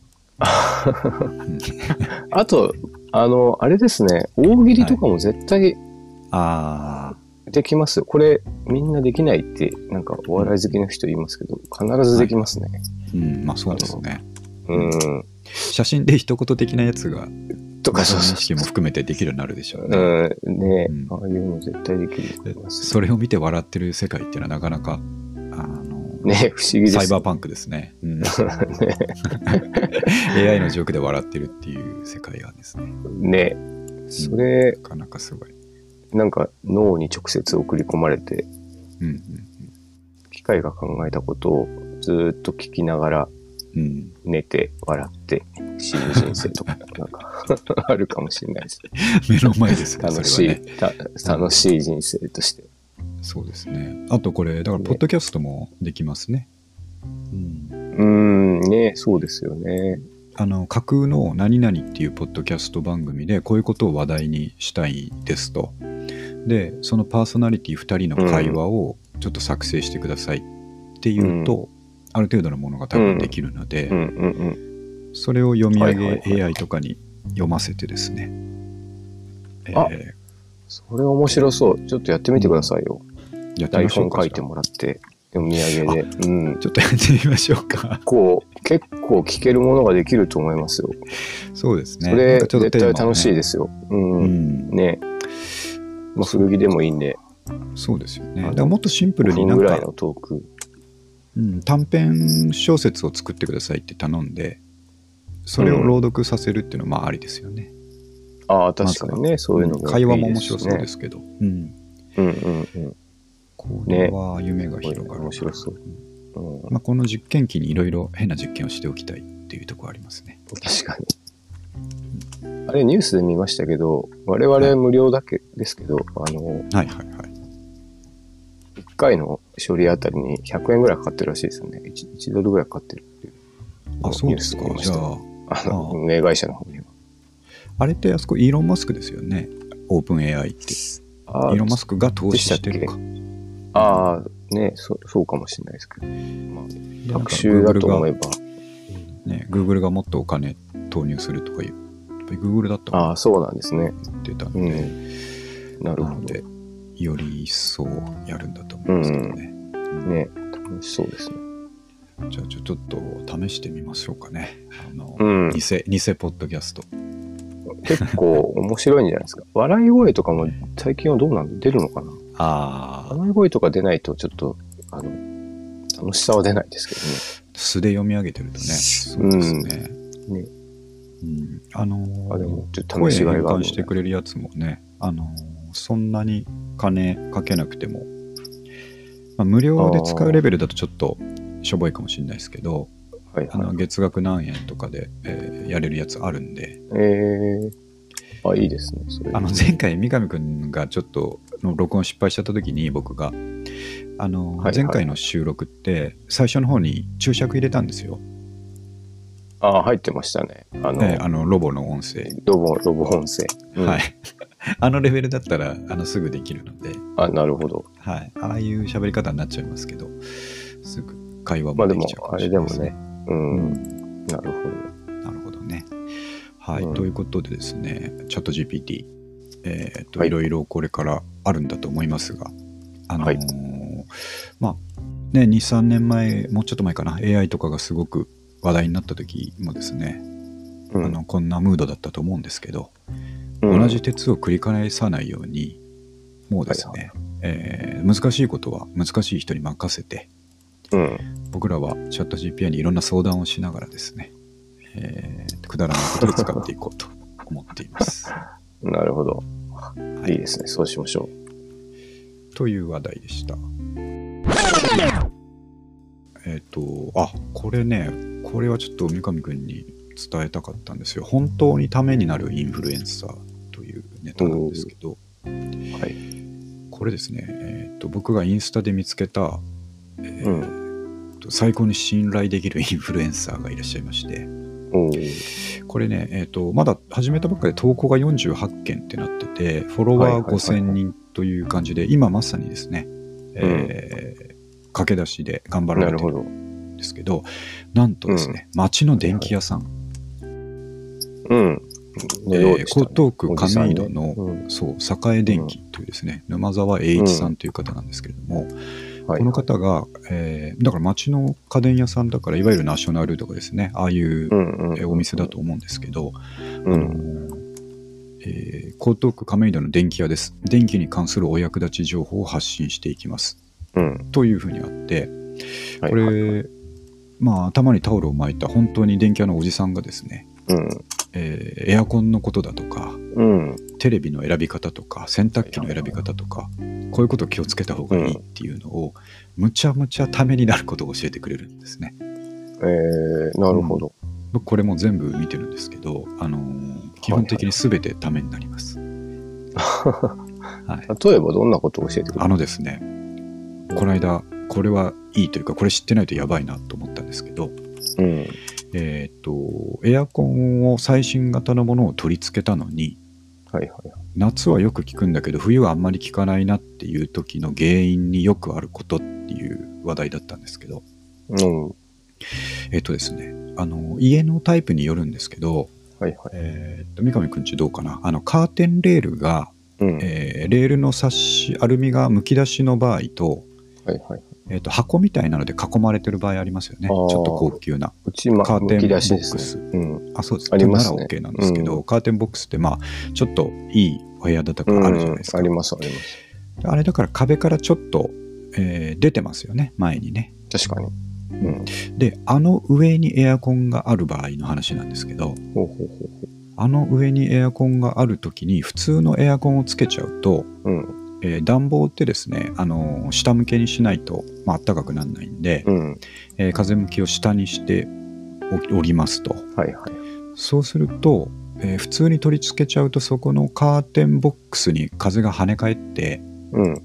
Speaker 2: あと、あの、あれですね。大喜利とかも絶対
Speaker 1: あ
Speaker 2: できますよ。これ、みんなできないって、なんかお笑い好きの人言いますけど、必ずできますね。
Speaker 1: ーうんまあそうですね。
Speaker 2: うん。
Speaker 1: 写真で一言的なやつが
Speaker 2: とか、そう
Speaker 1: 認
Speaker 2: そう
Speaker 1: 識も含めてできるようになるでしょうね。
Speaker 2: うん。ね
Speaker 1: うん
Speaker 2: ああいうの絶対できると思います。
Speaker 1: それを見て笑ってる世界っていうのはなかなかあの、
Speaker 2: ね、不思議です。
Speaker 1: サイバーパンクですね。うん AI のジョークで笑ってるっていう世界がですね。
Speaker 2: ね。それ、
Speaker 1: なかなかすごい。
Speaker 2: なんか脳に直接送り込まれて、
Speaker 1: うん
Speaker 2: 機械が考えたことをずーっと聞きながら
Speaker 1: うんうん、
Speaker 2: 寝て、笑って、死ぬ人生とか、なんか、 あるかもしれないです。
Speaker 1: 目の前ですね
Speaker 2: 楽
Speaker 1: そ
Speaker 2: し
Speaker 1: れ
Speaker 2: い、
Speaker 1: はね。
Speaker 2: た楽しい人生として。
Speaker 1: そうですね。あとこれ、だから、ポッドキャストもできますね。うん
Speaker 2: うーん、ねそうですよね。
Speaker 1: あの架空の何々っていうポッドキャスト番組でこういうことを話題にしたいですとでそのパーソナリティ2人の会話をちょっと作成してくださいっていうと、ある程度のものが多分できるので、
Speaker 2: うんうんうん。
Speaker 1: それを読み上
Speaker 2: はいはいはい
Speaker 1: げ AI とかに読ませてですね、
Speaker 2: あ
Speaker 1: え
Speaker 2: それ面白そう。ちょっとやってみてくださいよ。
Speaker 1: ーやってみ
Speaker 2: 台
Speaker 1: ましょ
Speaker 2: 本
Speaker 1: うか
Speaker 2: 書いてもらって、読み上げで。うん。
Speaker 1: ちょっとやってみましょうか
Speaker 2: こう、結構聞けるものができると思いますよ。
Speaker 1: そうですねな
Speaker 2: そ
Speaker 1: ん
Speaker 2: れ、
Speaker 1: かちょっと
Speaker 2: 絶
Speaker 1: テーマ
Speaker 2: 対
Speaker 1: をね
Speaker 2: 楽しいですよ。うん。
Speaker 1: うん、
Speaker 2: ねまあ、古着でもいいんで、
Speaker 1: そうですよね。
Speaker 2: あの
Speaker 1: だからもっとシンプル
Speaker 2: 5
Speaker 1: に
Speaker 2: 分
Speaker 1: な
Speaker 2: ぐ
Speaker 1: ん
Speaker 2: らい
Speaker 1: か
Speaker 2: の、トーク。
Speaker 1: うん、短編小説を作ってくださいって頼んで、それを朗読させるっていうのはまあありですよね。
Speaker 2: ああ、確かにね、そういうのもいいですね。。
Speaker 1: 会話も面白そうですすけど。うん。
Speaker 2: うんうんうん。
Speaker 1: これは夢が広がる。
Speaker 2: 面白そううん、
Speaker 1: まあ、この実験機にいろいろ変な実験をしておきたいっていうところありますね。
Speaker 2: 確かに。あれ、ニュースで見ましたけど、我々無料だけですけど、あの、
Speaker 1: はいはいはい。
Speaker 2: 1回の処理あたりに100円ぐらいかかってるらしいですよね。1, 1ドルぐらいかかってるっていう。
Speaker 1: あ、そうですか
Speaker 2: ニュース見。まし
Speaker 1: じゃあ、
Speaker 2: たあの、
Speaker 1: ああ
Speaker 2: 運営会社の方には。
Speaker 1: あれってあそこイーロン・マスクですよね。オープン AI って。イ
Speaker 2: ああ
Speaker 1: ーロン・マスクが投資してるのか。
Speaker 2: ああ、ねそ、そうかもしれないですけど。まあ、
Speaker 1: なん
Speaker 2: 学
Speaker 1: か
Speaker 2: 習だ
Speaker 1: Google
Speaker 2: と思え
Speaker 1: が、
Speaker 2: ば。
Speaker 1: ね、Google がもっとお金投入するとかいう。やっぱり Google だったら
Speaker 2: ああ、そうなんですね。
Speaker 1: 言ってたん
Speaker 2: う
Speaker 1: で、
Speaker 2: ん。なる
Speaker 1: な
Speaker 2: ほ
Speaker 1: の
Speaker 2: ど。
Speaker 1: で、より一層やるんだと思いますけどね。
Speaker 2: ね、楽しそうですね。
Speaker 1: じゃあちょ、ちょっと試してみましょうかね。あの、
Speaker 2: うん
Speaker 1: 偽、偽ポッドキャスト。
Speaker 2: 結構面白いんじゃないですか。笑い声とかも最近はどうなんで出るのかな
Speaker 1: ああ、
Speaker 2: 笑い声とか出ないとちょっと、あの、楽しさは出ないですけ
Speaker 1: 素で読み上げてるとね。そうですね。
Speaker 2: うんね
Speaker 1: うん、あのー
Speaker 2: どね。あ、でも、ちょっと
Speaker 1: 声
Speaker 2: 楽し
Speaker 1: 変
Speaker 2: がいがあ
Speaker 1: 換
Speaker 2: る。
Speaker 1: してくれるやつもね、あのーそんなに金かけなくても、まあ、無料で使うレベルだとちょっとしょぼいかもしれないですけど、
Speaker 2: はい
Speaker 1: あの
Speaker 2: は
Speaker 1: 月額何円とかで、えーやれるやつあるんで、
Speaker 2: い。えー、あ、いいですね。それ。
Speaker 1: あの前回三上くんがちょっとの録音失敗しちゃった時に僕が、あの
Speaker 2: はいはい
Speaker 1: ー前回の収録って最初の方に注釈入れたんですよ、
Speaker 2: あ、入ってましたね。あの、
Speaker 1: えーあのロボの音声。
Speaker 2: ロボ、ロボ音声。うん
Speaker 1: はい。 あのレベルだったらあのすぐできるので、
Speaker 2: あ、なるほど。
Speaker 1: はい、ああいう喋り方になっちゃいますけど、すぐ会話
Speaker 2: まあ
Speaker 1: も
Speaker 2: で
Speaker 1: で
Speaker 2: も
Speaker 1: きちゃう、か
Speaker 2: あ
Speaker 1: もし
Speaker 2: れ
Speaker 1: れ
Speaker 2: で
Speaker 1: な
Speaker 2: も
Speaker 1: いです
Speaker 2: ね
Speaker 1: ね。。
Speaker 2: うん。なるほど。
Speaker 1: うんなるほどね。はい、
Speaker 2: うん
Speaker 1: ということでですね、チャット GPT、えーっと
Speaker 2: はい
Speaker 1: いろいろこれからあるんだと思いますが、あのー
Speaker 2: はい
Speaker 1: まあ、ね、2、3年前、もうちょっと前かな、AI とかがすごく話題になった時もですね、
Speaker 2: うん
Speaker 1: あのこんなムードだったと思うんですけど、
Speaker 2: うん
Speaker 1: 同じ鉄を繰り返さないようにもうですね、えー難しいことは難しい人に任せて
Speaker 2: うん。
Speaker 1: 僕らはチャット GPI にいろんな相談をしながらですね、えーくだらないことで使っていこうと思ってい ます。
Speaker 2: なるほど。
Speaker 1: はい
Speaker 2: いいですね。そうしましょ
Speaker 1: という話題でした。えっ、と、あこれね、これはちょっと三上くんに伝えたかったんですよ。本当にためになるインフルエンサーというネタなんですけど、
Speaker 2: う。はい。
Speaker 1: これですね、えーと、僕がインスタで見つけた、えー
Speaker 2: うん。
Speaker 1: と最高に信頼できるインフルエンサーがいらっしゃいまして、
Speaker 2: おー
Speaker 1: これね、えーとまだ始めたばっかりで投稿が48件ってなってて、フォロ
Speaker 2: はいは
Speaker 1: ワー
Speaker 2: いはいはい
Speaker 1: 5000人という感じで、今まさにですね、えー駆け出しで頑張ら
Speaker 2: な
Speaker 1: れ
Speaker 2: る
Speaker 1: て
Speaker 2: ほ
Speaker 1: る
Speaker 2: ど。
Speaker 1: んですけど、なんとですね、町の電気屋さん、
Speaker 2: うん。ね
Speaker 1: え
Speaker 2: ど
Speaker 1: ー
Speaker 2: うでした
Speaker 1: 江東区
Speaker 2: おじさ
Speaker 1: 亀
Speaker 2: んね
Speaker 1: 戸の、
Speaker 2: うん
Speaker 1: そう栄電気というですね、沼沢栄一さんという方なんですけれども、
Speaker 2: はい
Speaker 1: この方が、えーだから町の家電屋さんだからいわゆるナショナルとかですねああいう
Speaker 2: うんうん
Speaker 1: えーお店だと思うんですけど、
Speaker 2: う
Speaker 1: あ
Speaker 2: ん。
Speaker 1: のえー江東区亀戸の電気屋です電気に関するお役立ち情報を発信していきます
Speaker 2: うん。
Speaker 1: というふうにあって
Speaker 2: はい
Speaker 1: これ、まあ頭にタオルを巻いた本当に電気屋のおじさんがですね、
Speaker 2: うん。
Speaker 1: えーエアコンのことだとか
Speaker 2: うん。
Speaker 1: テレビの選び方とか洗濯機の選び方とかこういうことを気をつけた方がいいっていうのを、むちゃむちゃためになることを教えてくれるんですね。
Speaker 2: えー、なるほど。
Speaker 1: 僕これも全部見てるんですけど、あのー基本的に全てためになります。はい、
Speaker 2: 例えばどんなことを教えてくれ
Speaker 1: あ
Speaker 2: る
Speaker 1: のですねこの間これはいいというかこれ知ってないとやばいなと思ったんですけど、
Speaker 2: うん。
Speaker 1: えー、とエアコンを最新型のものを取り付けたのに
Speaker 2: はいはい。
Speaker 1: 夏はよく効くんだけど冬はあんまり効かないなっていう時の原因によくあることっていう話題だったんですけど
Speaker 2: うん。は
Speaker 1: えっ、とですねあの家のタイプによるんですけど、
Speaker 2: いはい。
Speaker 1: えー、と三上くんちどうかなあのカーテンレールが、
Speaker 2: うん。はい
Speaker 1: えーレールのサッシアルミがむき出しの場合と,、
Speaker 2: はい。
Speaker 1: えー、と箱みたいなので囲まれてる場合ありますよねち
Speaker 2: あー
Speaker 1: ょっと高級な
Speaker 2: うち、ま
Speaker 1: カ
Speaker 2: あ、
Speaker 1: ーテンボ
Speaker 2: むき
Speaker 1: ッ
Speaker 2: 出
Speaker 1: クス
Speaker 2: しですね。うん。
Speaker 1: あそうです
Speaker 2: ありますね
Speaker 1: なら OK なんですけど、カーテンボックスってまあちょっといいお部屋だったか
Speaker 2: うん
Speaker 1: らあるじゃないですか、
Speaker 2: ありますあります。
Speaker 1: あれだから壁からちょっと、えー出てますよね、前にね。
Speaker 2: 確かに。うん。
Speaker 1: で、あの上にエアコンがある場合の話なんですけど、
Speaker 2: ほうほうほ
Speaker 1: あの上にエアコンがある時に普通のエアコンをつけちゃうと、
Speaker 2: う。うん。
Speaker 1: えー暖房ってですね、あのー下向けにしないと、まあ暖かくならないんで、
Speaker 2: うん。
Speaker 1: えー風向きを下にしておきおりますと。
Speaker 2: はいはい。
Speaker 1: そうすると、えー普通に取り付けちゃうとそこのカーテンボックスに風が跳ね返って
Speaker 2: うん。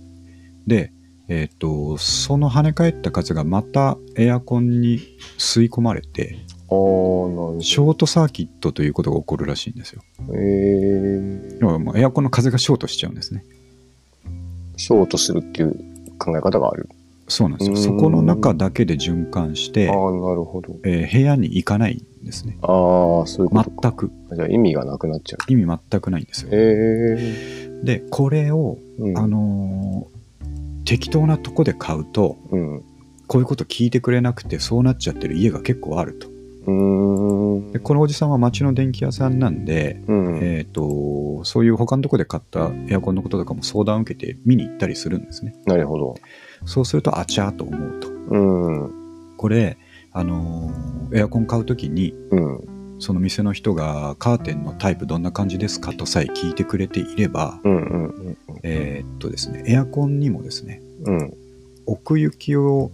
Speaker 1: で、えー、とその跳ね返った風がまたエアコンに吸い込まれて
Speaker 2: ああ、なるほ
Speaker 1: ショートサーキットということが起こるらしいんですよ。
Speaker 2: ど。え
Speaker 1: 要はもうエアコンの風がショートしちゃうんですね。
Speaker 2: ー、ショートするっていう考え方がある。
Speaker 1: そうなんですよ。
Speaker 2: うーん
Speaker 1: そこの中だけで循環して
Speaker 2: ああ、、なるほど。
Speaker 1: えー部屋に行かないんですね。
Speaker 2: ああ、そういうことか。
Speaker 1: 全く
Speaker 2: じゃあ意味がなくなっちゃ
Speaker 1: 意味全くないんです
Speaker 2: う。
Speaker 1: よ。
Speaker 2: え
Speaker 1: でこれを、
Speaker 2: ー、うん。
Speaker 1: あのー適当なとこで買うと、
Speaker 2: うん。う
Speaker 1: こういうこと聞いてくれなくてそうなっちゃってる家が結構あると。
Speaker 2: ーん。
Speaker 1: でこのおじさんは町の電気屋さんなんで、
Speaker 2: うん。
Speaker 1: えー、とそういう他のとこで買ったエアコンのこととかも相談を受けて見に行ったりするんですね。
Speaker 2: なるほど。
Speaker 1: そうするとあちゃーと思うと。
Speaker 2: うん。うん。
Speaker 1: これ、あのーエアコン買うときに
Speaker 2: うん。
Speaker 1: その店の人がカーテンのタイプどんな感じですかとさえ聞いてくれていれば、
Speaker 2: うん。
Speaker 1: えーっとですね、エアコンにもですね
Speaker 2: うん。
Speaker 1: 奥行きを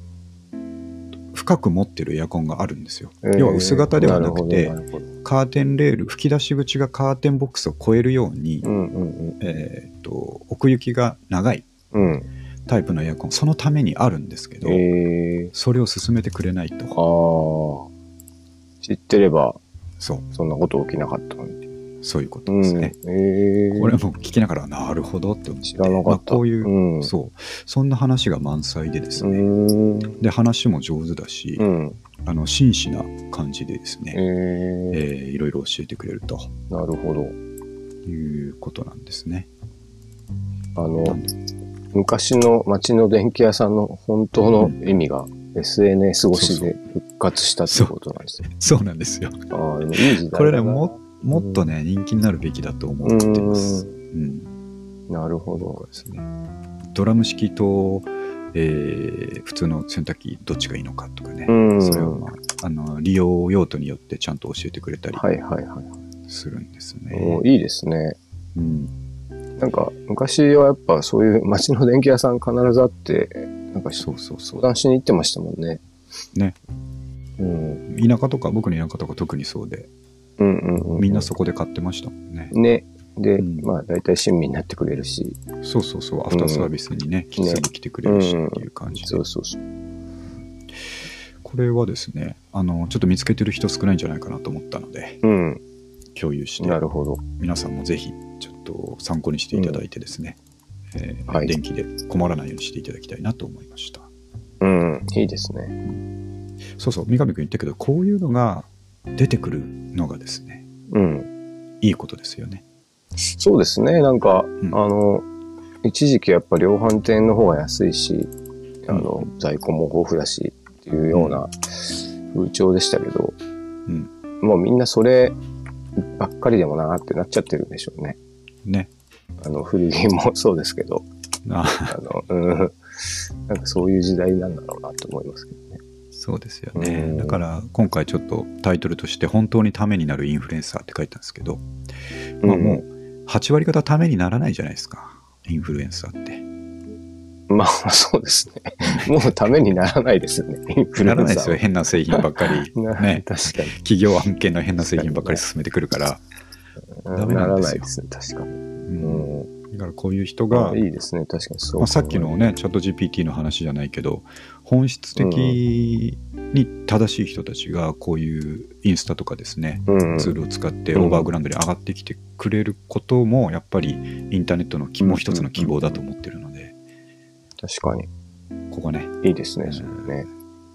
Speaker 1: 深く持ってるエアコンがあるんですよ。
Speaker 2: えー
Speaker 1: 要は薄型ではなくて
Speaker 2: るほどなるほど
Speaker 1: カーテンレール吹き出し口がカーテンボックスを越えるように、
Speaker 2: うんうん
Speaker 1: えーっと奥行きが長い
Speaker 2: うん。うん。
Speaker 1: タイプのエアコンそのためにあるんですけど、
Speaker 2: えー、
Speaker 1: それを進めてくれないと
Speaker 2: ああ。知ってれば、
Speaker 1: そう
Speaker 2: そんなこと起きなかったのに。
Speaker 1: そういうこと
Speaker 2: うん。
Speaker 1: ですね、
Speaker 2: えー、
Speaker 1: これも聞きながらなるほどって思って
Speaker 2: 知らなか
Speaker 1: まあ
Speaker 2: った。
Speaker 1: こういう、
Speaker 2: うん。
Speaker 1: そうそんな話が満載でです
Speaker 2: う
Speaker 1: ね、
Speaker 2: ん。
Speaker 1: で話も上手だし、
Speaker 2: うん。
Speaker 1: あの真摯な感じでです
Speaker 2: え
Speaker 1: ね、え
Speaker 2: ー、
Speaker 1: ーいろいろ教えてくれると
Speaker 2: なるほど。
Speaker 1: いうことなんですね。
Speaker 2: あ
Speaker 1: な
Speaker 2: の
Speaker 1: ん、で
Speaker 2: 昔の町の電気屋さんの本当の意味が SNS 越しで復活したってことなんですね。
Speaker 1: そうなんですよ。
Speaker 2: ああ、でもいい時代だな
Speaker 1: これねももっとね、人気になるべきだと思
Speaker 2: う
Speaker 1: ってます。
Speaker 2: ん。
Speaker 1: うん
Speaker 2: なるほ
Speaker 1: 僕
Speaker 2: ど。
Speaker 1: はですねドラム式と、えー普通の洗濯機どっちがいいのかとかね、
Speaker 2: うん
Speaker 1: それは、まあ、あの利用用途によってちゃんと教えてくれたり
Speaker 2: はいはいはい。
Speaker 1: するんですね。
Speaker 2: もういいですね。
Speaker 1: うん、
Speaker 2: なんか、昔はやっぱそういう町の電気屋さん必ずあって、なんか
Speaker 1: そうそうそ
Speaker 2: 相
Speaker 1: う
Speaker 2: 談しに行ってましたもんね。
Speaker 1: ね。
Speaker 2: うん。
Speaker 1: 田舎とか僕の田舎とか特にそうで
Speaker 2: うんうんうん。
Speaker 1: みんなそこで買ってましたもんね、
Speaker 2: ね。で、
Speaker 1: うん
Speaker 2: まあ大体親身になってくれるし、
Speaker 1: そうそうそうアフターサービスにね、きすぐ来てくれるしっていう感じで、
Speaker 2: そうそうそう。
Speaker 1: これはですねあのちょっと見つけてる人少ないんじゃないかなと思ったので
Speaker 2: うん。
Speaker 1: 共有して
Speaker 2: なるほど。
Speaker 1: 皆さんもぜひちょっと参考にしていただいてですね、えー
Speaker 2: はい
Speaker 1: 電気で困らないようにしていただきたいなと思いました
Speaker 2: うん。いいですね。
Speaker 1: そうそう三上君言ったけどこういうのが出てくるのがですね
Speaker 2: うん。
Speaker 1: いいことですよね
Speaker 2: そうですね。なんか、
Speaker 1: ん
Speaker 2: あの、一時期やっぱ量販店の方が安いし、あの、在庫も豊富だしっていうような風潮でしたけど、
Speaker 1: ん
Speaker 2: もうみんなそればっかりでもなーってなっちゃってるんでしょうね。
Speaker 1: ね
Speaker 2: あの、古着もそうですけど、
Speaker 1: あ
Speaker 2: あの、うん、なんかそういう時代なんだろうなと思いますけどね。
Speaker 1: そうですよね、
Speaker 2: うん
Speaker 1: だから今回ちょっとタイトルとして「本当にためになるインフルエンサー」って書いたんですけど、まあ、
Speaker 2: ん
Speaker 1: もう8割方ためにならないじゃないですかインフルエンサーって
Speaker 2: まあ、そうですね。もうためにならないですよね。インフルエ
Speaker 1: な
Speaker 2: ン
Speaker 1: らないで
Speaker 2: サ
Speaker 1: す
Speaker 2: ー
Speaker 1: よ
Speaker 2: は
Speaker 1: 変な製品ばっか り
Speaker 2: なら
Speaker 1: ね
Speaker 2: 確かに。
Speaker 1: 企業案件の変な製品ばっかり進めてくるから、ダメなんですよ
Speaker 2: らないですね、確かに。
Speaker 1: うん
Speaker 2: うん
Speaker 1: だからこういう人が
Speaker 2: あいいですね、確かにそう、
Speaker 1: まあ、さっきの。ねチャット GPT の話じゃないけど本質的に正しい人たちがこういうインスタとかですね、
Speaker 2: うん、
Speaker 1: ツールを使って
Speaker 2: うん
Speaker 1: オーバーグラウンドに上がってきてくれることもやっぱりインターネットの希もう一つの希望だと思ってるので、
Speaker 2: 確かに。
Speaker 1: ここね
Speaker 2: いいですね、それね。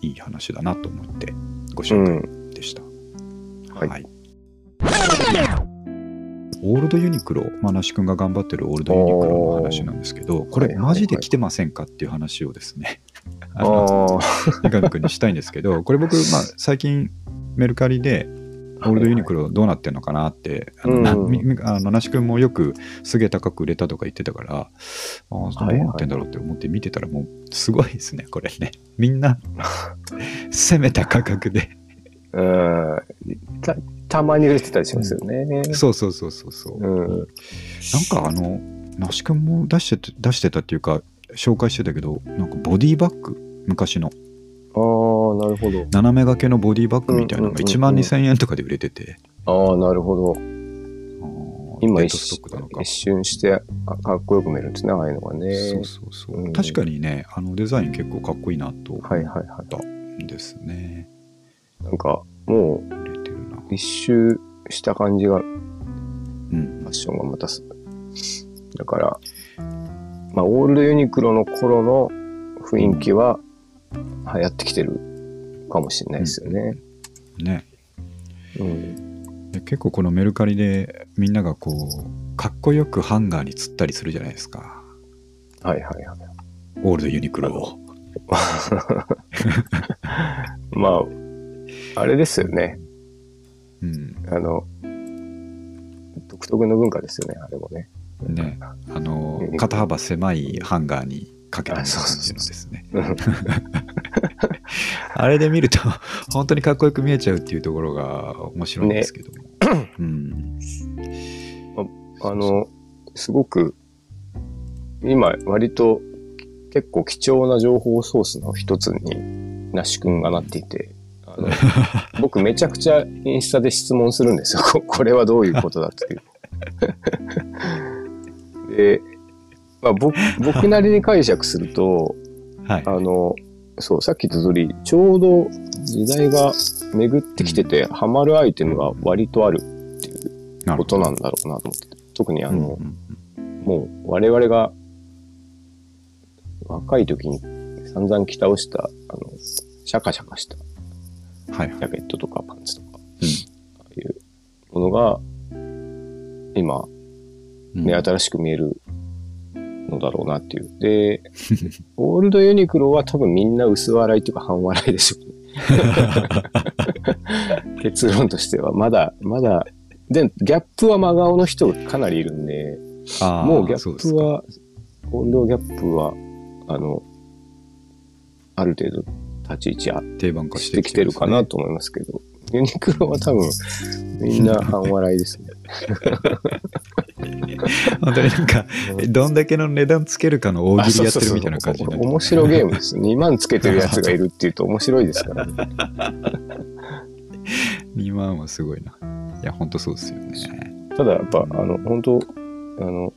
Speaker 1: いい話だなと思ってご
Speaker 2: う
Speaker 1: 紹介
Speaker 2: ん。
Speaker 1: でした、
Speaker 2: はい
Speaker 1: オールドユニクロ、まあ、那須君が頑張ってるオールドユニクロの話なんですけど、これ、
Speaker 2: はいはいはい
Speaker 1: マジで来てませんかっていう話をですね、
Speaker 2: あ
Speaker 1: あの
Speaker 2: あ、は
Speaker 1: 三上君にしたいんですけど、これ僕、まあ、最近メルカリで、
Speaker 2: い
Speaker 1: オールドユニクロどうなってんのかなって、あのな
Speaker 2: うん
Speaker 1: みみあの那須君もよくすげえ高く売れたとか言ってたから、あーどうなってんだろうって思って見てたら、もうすごいですね、これね。みん な、攻めた価格で。
Speaker 2: うんたたまに売れてたりしますよね。
Speaker 1: そうそうそうそうそう。
Speaker 2: うん。
Speaker 1: なんかあの、那須君も出してて出してたっていうか、紹介してたけど、なんかボディバッグ、昔の、
Speaker 2: ああ、なるほ
Speaker 1: 斜め掛けのボディバッグみたいなのが
Speaker 2: うんうんうんうん
Speaker 1: 1万2000円とかで売れてて、
Speaker 2: ど。ああ、なるほど。
Speaker 1: あー
Speaker 2: 今
Speaker 1: デッ
Speaker 2: 一
Speaker 1: ドストックなのか
Speaker 2: 一。瞬してあかっこよく見えるんですね、ああいうのがね。
Speaker 1: そうそうそう、
Speaker 2: うん
Speaker 1: 確かにね、あのデザイン結構かっこいいなと思
Speaker 2: はいはいは
Speaker 1: うんですね。
Speaker 2: い。なんか、もう
Speaker 1: 売れてるな。
Speaker 2: 一周した感じが、フ
Speaker 1: うん。
Speaker 2: ァッションがまたす、だから、まあ、オールドユニクロの頃の雰囲気は流行ってきてるかもしれないですよね。
Speaker 1: ね。
Speaker 2: うん。
Speaker 1: で結構このメルカリでみんながこう、かっこよくハンガーに釣ったりするじゃないですか。
Speaker 2: はいはいはい。
Speaker 1: オールドユニクロを。
Speaker 2: まあ、あれですよね。
Speaker 1: うん。
Speaker 2: あの、独特の文化ですよね、あれもね。
Speaker 1: ねあの
Speaker 2: ユニクロ
Speaker 1: 肩幅狭いハンガーにかけたみたいな感じのですね。
Speaker 2: うん。
Speaker 1: あれで見ると 本当にかっこよく見えちゃうっていうところが面白いんですけど も。うん。
Speaker 2: あの、すごく、今、割と、結構貴重な情報ソースの一つに、なし君がなっていて、あ の僕めちゃくちゃインスタで質問するんですよ。ここれはどういうことだって いう。で、まあ、僕僕なりに解釈すると、
Speaker 1: はい
Speaker 2: あ。の、そう、さっき言った通り、ちょうど時代が巡ってきてて、ハマるアイテムが割とある
Speaker 1: な
Speaker 2: ことなんだろうなと思って、特にあ
Speaker 1: うん
Speaker 2: の、もう我々が若い時に散々着倒した、あの、シャカシャカしたジ
Speaker 1: うんはいはい。
Speaker 2: ャケットとかパンツとか、
Speaker 1: うん
Speaker 2: ああいうものが、今、
Speaker 1: うん
Speaker 2: 目新しく見えるのだろうなっていう。で、 オールドユニクロは多分みんな薄笑いというか半笑いでしょうね。結論としては、まだ、まだ、で、ギャップは真顔の人がかなりいるんで、
Speaker 1: あー
Speaker 2: もうギャ
Speaker 1: そうで
Speaker 2: ッ
Speaker 1: す
Speaker 2: プ
Speaker 1: か
Speaker 2: は、音量ギャップは、あの、ある程度立ち位置あ
Speaker 1: 定番化し
Speaker 2: してて
Speaker 1: き
Speaker 2: き
Speaker 1: て
Speaker 2: て
Speaker 1: る
Speaker 2: る
Speaker 1: か
Speaker 2: か
Speaker 1: な
Speaker 2: なと思いますけど、ユニクロは多分、みんな半笑いですね。
Speaker 1: 本当になんかどんだけの値段つけるかの大
Speaker 2: あ
Speaker 1: 喜利やって
Speaker 2: そうそう
Speaker 1: るみた
Speaker 2: そう
Speaker 1: いな感じになって
Speaker 2: 面白ゲームです。2万つけてるやつがいるっていうと面白いで すからね。
Speaker 1: 2万はすごいないや本当そうですよね
Speaker 2: ただやっぱ、あの、本当あの、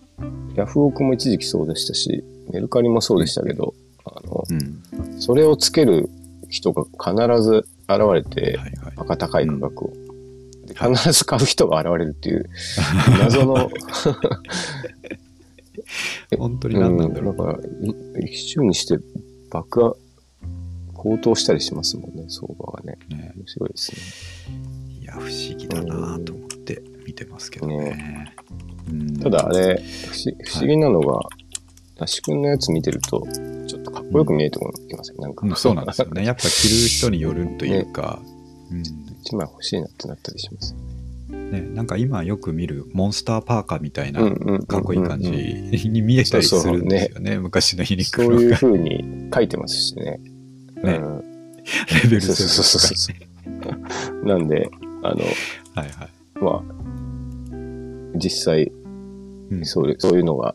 Speaker 2: ヤフオクも一時期そうでしたし、メルカリもそうでしたけど、あの、
Speaker 1: うん
Speaker 2: それをつける人が必ず現れて、
Speaker 1: はいはい
Speaker 2: バカ高い価格を。で必ず買う人が現れるっていう、謎の、
Speaker 1: 本当に 何なんだろう、
Speaker 2: だから、い一瞬にして爆破、高騰したりしますもんね、相場がね。
Speaker 1: ね
Speaker 2: 面白いです
Speaker 1: いや不思議だなと思って見てますけどねうん
Speaker 2: ね。ただ、あれ、不思不思議なのが、なし君のやつ見てると、ちょっとかっこよく見えてもきません、なんか、
Speaker 1: うんそうなんです よねやっぱ着る人によるというか、
Speaker 2: 一枚欲しいなってなったりします。
Speaker 1: うんね、なんか今よく見るモンスターパーカーみたいな、
Speaker 2: うんうん
Speaker 1: かっこいい感じ。に見えたりするんですよね、昔のユニク
Speaker 2: そ
Speaker 1: ロ
Speaker 2: ういう
Speaker 1: が
Speaker 2: 風に書いてますしね。
Speaker 1: ね
Speaker 2: うん
Speaker 1: レベル
Speaker 2: そうそう
Speaker 1: 7
Speaker 2: そうそうなんで、あの、
Speaker 1: とかねはいはい、
Speaker 2: まあ、実際、
Speaker 1: うん
Speaker 2: そういうそういうのが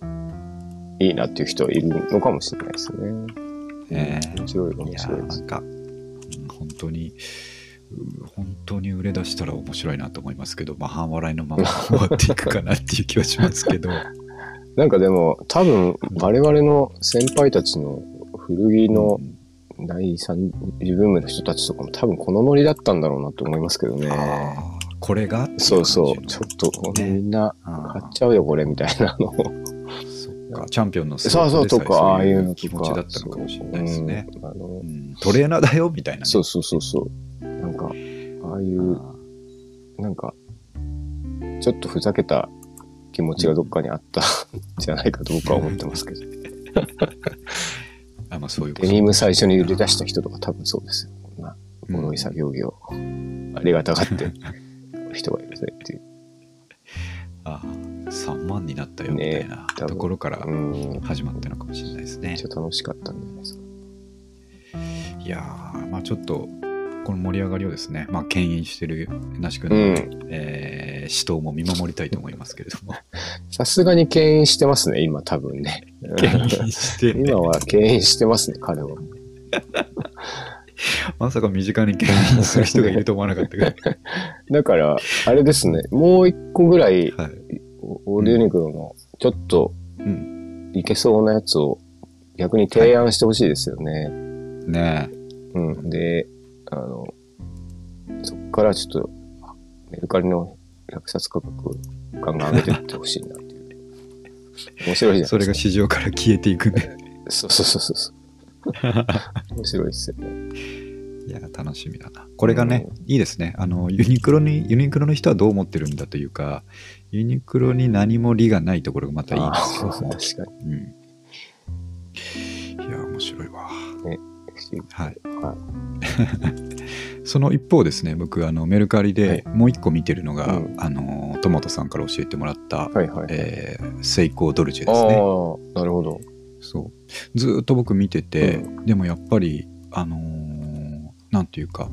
Speaker 2: いいなっていう人はいるのかもしれないですね。
Speaker 1: ねえ
Speaker 2: 面白い、
Speaker 1: い
Speaker 2: 面
Speaker 1: や
Speaker 2: 白い
Speaker 1: ー
Speaker 2: で
Speaker 1: な
Speaker 2: す。
Speaker 1: んか、うん本当に、う本当に売れ出したら面白いなと思いますけど、まあ、半笑いのまま終わっていくかなっていう気はしますけど、
Speaker 2: なんかでも、多分、我々の先輩たちの古着の
Speaker 1: うん
Speaker 2: 第三次ブームの人たちとかも多分このノリだったんだろうなと思いますけどね。
Speaker 1: あーこれがってい
Speaker 2: そうそ
Speaker 1: 感
Speaker 2: う。
Speaker 1: じ
Speaker 2: ち
Speaker 1: の
Speaker 2: ょっと、このみんな
Speaker 1: あ
Speaker 2: 買っちゃうよ、これ、みたいなのを。
Speaker 1: ーそっかチャンピオンのス
Speaker 2: そうそう
Speaker 1: でさ
Speaker 2: と
Speaker 1: え
Speaker 2: か、ああいうのとか。
Speaker 1: 気持ちだったのかもしれないですね。
Speaker 2: そう。うんあの
Speaker 1: うんトレーナーだよみたいなね、
Speaker 2: そうそうそうそう。なんか、ああいう
Speaker 1: あー
Speaker 2: なんか、ちょっとふざけた気持ちがどっかにあった、ん、じゃないかと僕は思ってますけど。
Speaker 1: あまあ、そういうこと
Speaker 2: デニム最初に売り出した人とか多分そうですよ。こんな、
Speaker 1: うん
Speaker 2: もろい作業着を、ありがたがって、人がいるぜっていう。
Speaker 1: ああ、3万になったよみ
Speaker 2: ね
Speaker 1: た
Speaker 2: え
Speaker 1: いな
Speaker 2: 多分
Speaker 1: ところから
Speaker 2: うん。
Speaker 1: 始まったのかもしれないです
Speaker 2: め
Speaker 1: ね
Speaker 2: っち。ゃ楽しかったんじゃないですか。
Speaker 1: いやー、まあちょっと、この盛り上がりをですね、まあ、牽引してる那須君
Speaker 2: う
Speaker 1: の、
Speaker 2: ん。
Speaker 1: えー死闘も見守りたいと思いますけれど も、
Speaker 2: さすがに牽引してますね、今多分ね。
Speaker 1: 牽引して、 ね
Speaker 2: 今、は牽引してますね、彼は。
Speaker 1: まさか身近に牽引する人がいると思わなかった けど、
Speaker 2: だから、あれですね、もう一個ぐらい、
Speaker 1: はい。
Speaker 2: おオーディオニクロの、ちょっと
Speaker 1: うん。
Speaker 2: いけそうなやつを逆に提案してほしいですよね。
Speaker 1: ねえ。
Speaker 2: うん。で、あの、そこからちょっと、メルカリの落札価格、ガンガン上げてってほしいなって いう。面白いじゃ
Speaker 1: そ
Speaker 2: な
Speaker 1: れ
Speaker 2: いで
Speaker 1: が
Speaker 2: す
Speaker 1: 市場から消えていくんで。
Speaker 2: か。そうそうそう そう。面白いですよね。
Speaker 1: いや、楽しみだな。これがね、いいですね。あの、ユニクロに、ユニクロの人はどう思ってるんだというか、ユニクロに何も利がないところがまたいいん
Speaker 2: あ
Speaker 1: で
Speaker 2: あ
Speaker 1: すよ
Speaker 2: ー、。確か
Speaker 1: うん。いや、面白いわ。
Speaker 2: に。
Speaker 1: はい。
Speaker 2: は
Speaker 1: その一方ですね、僕、あの、メルカリでもう一個見てるのが、
Speaker 2: うん
Speaker 1: あの、トマトさんから教えてもらった、
Speaker 2: はいはい。
Speaker 1: えー、セイコードルチェ
Speaker 2: あ
Speaker 1: で
Speaker 2: あ
Speaker 1: すね。
Speaker 2: ー、なるほど。
Speaker 1: そうずーっと僕見てて、
Speaker 2: う
Speaker 1: でもやっぱりあのーなんていうか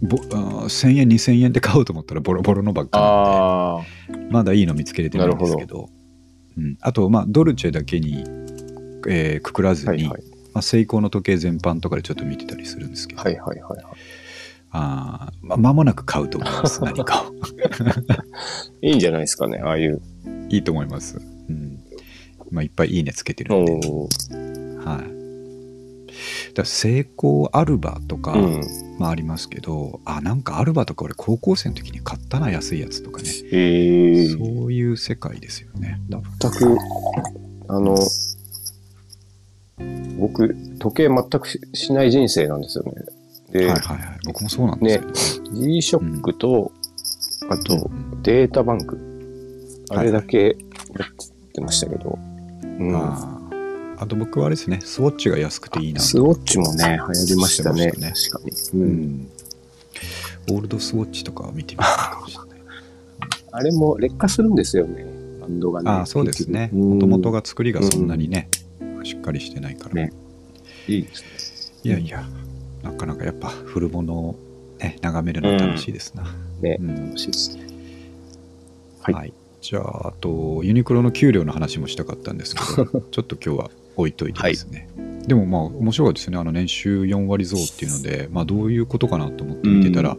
Speaker 1: ぼあー1000円2000円で買おうと思ったらボロボロのばっか
Speaker 2: ああ、
Speaker 1: りでまだいいの見つけれてないんですけどうん、あとまあドルチェだけに、えーくくらずに、
Speaker 2: はいはい。
Speaker 1: まあ、セイコーの時計全般とかでちょっと見てたりするんですけど、
Speaker 2: はいはいはい。
Speaker 1: あーまあ間もなく買うと思い ます何かを
Speaker 2: いいんじゃないですかね、ああいう。
Speaker 1: いいと思います、うんまあ、いっぱいいいねつけてるんで、
Speaker 2: おー
Speaker 1: はい、だからセイコーアルバとか、
Speaker 2: うん。
Speaker 1: まあありますけど、あ、なんかアルバとか俺高校生の時に買ったな、安いやつとかね。
Speaker 2: ええ
Speaker 1: そういう世界ですよね。多分
Speaker 2: 全く、あの、僕、時計全くししない人生なんですよね。で、
Speaker 1: はいはいはい。僕もそうなんですよ、ね。
Speaker 2: G-SHOCK と、あと、データバンク。あれだけやってましたけ
Speaker 1: う
Speaker 2: ど。
Speaker 1: ん
Speaker 2: うん
Speaker 1: あーあと僕はあれですね、スウォッチが安くていいな。
Speaker 2: スウォッチもね、流行りました
Speaker 1: し
Speaker 2: ね。
Speaker 1: てま
Speaker 2: 確かに、
Speaker 1: う
Speaker 2: うん
Speaker 1: ん。オールドスウォッチとかは見てみたいかもしれない。
Speaker 2: あれも劣化するんですよね、バンドがね。
Speaker 1: ああ、そうですね。
Speaker 2: 結局
Speaker 1: もともと。が作りがそんなにね、しっかりしてないから。
Speaker 2: ねうんいいですね。
Speaker 1: いやいや、なかなかやっぱ古物を、ね、眺めるの楽しいですな。
Speaker 2: ね
Speaker 1: うん
Speaker 2: 楽しいですね。
Speaker 1: は、
Speaker 2: はいい
Speaker 1: じゃああとユニクロの給料の話もしたかったんですけ どちょっと今日は置いといてですね、でもまあ面白いですねあの年収4割増っていうので、まあ、どういうことかなと思って見てたら、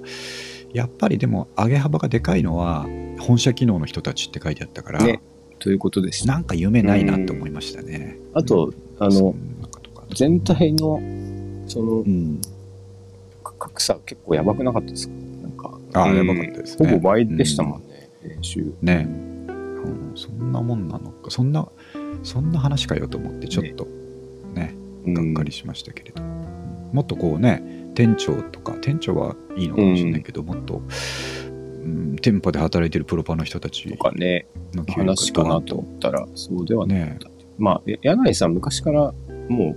Speaker 1: やっぱりでも上げ幅がでかいのは本社機能の人たちって書いてあったから、
Speaker 2: ねということでした。
Speaker 1: なんか夢ないなと思いましたね、
Speaker 2: あと、あ
Speaker 1: そ
Speaker 2: の、
Speaker 1: んなことか
Speaker 2: 全体の、その
Speaker 1: う、ん
Speaker 2: 格差結構やばくなかったですかなんか。
Speaker 1: ああ
Speaker 2: う
Speaker 1: や
Speaker 2: ん
Speaker 1: ばかったです
Speaker 2: ほ
Speaker 1: ね
Speaker 2: ぼ倍でしたもんね、練習。
Speaker 1: うんね、うんそんなもんなのかそんなそんな話かよと思ってちょっとねがっかりしましたけれど、もっとこうね店長とか店長はいいのかもしれないけど、もっと、うん、店舗で働いてるプロパの人たち
Speaker 2: とかね、
Speaker 1: の給料が
Speaker 2: 話
Speaker 1: ド
Speaker 2: か
Speaker 1: ワ
Speaker 2: な
Speaker 1: ン
Speaker 2: と思ったら、そうではなか
Speaker 1: ね
Speaker 2: ったっていう。まあ、え柳井さん昔からも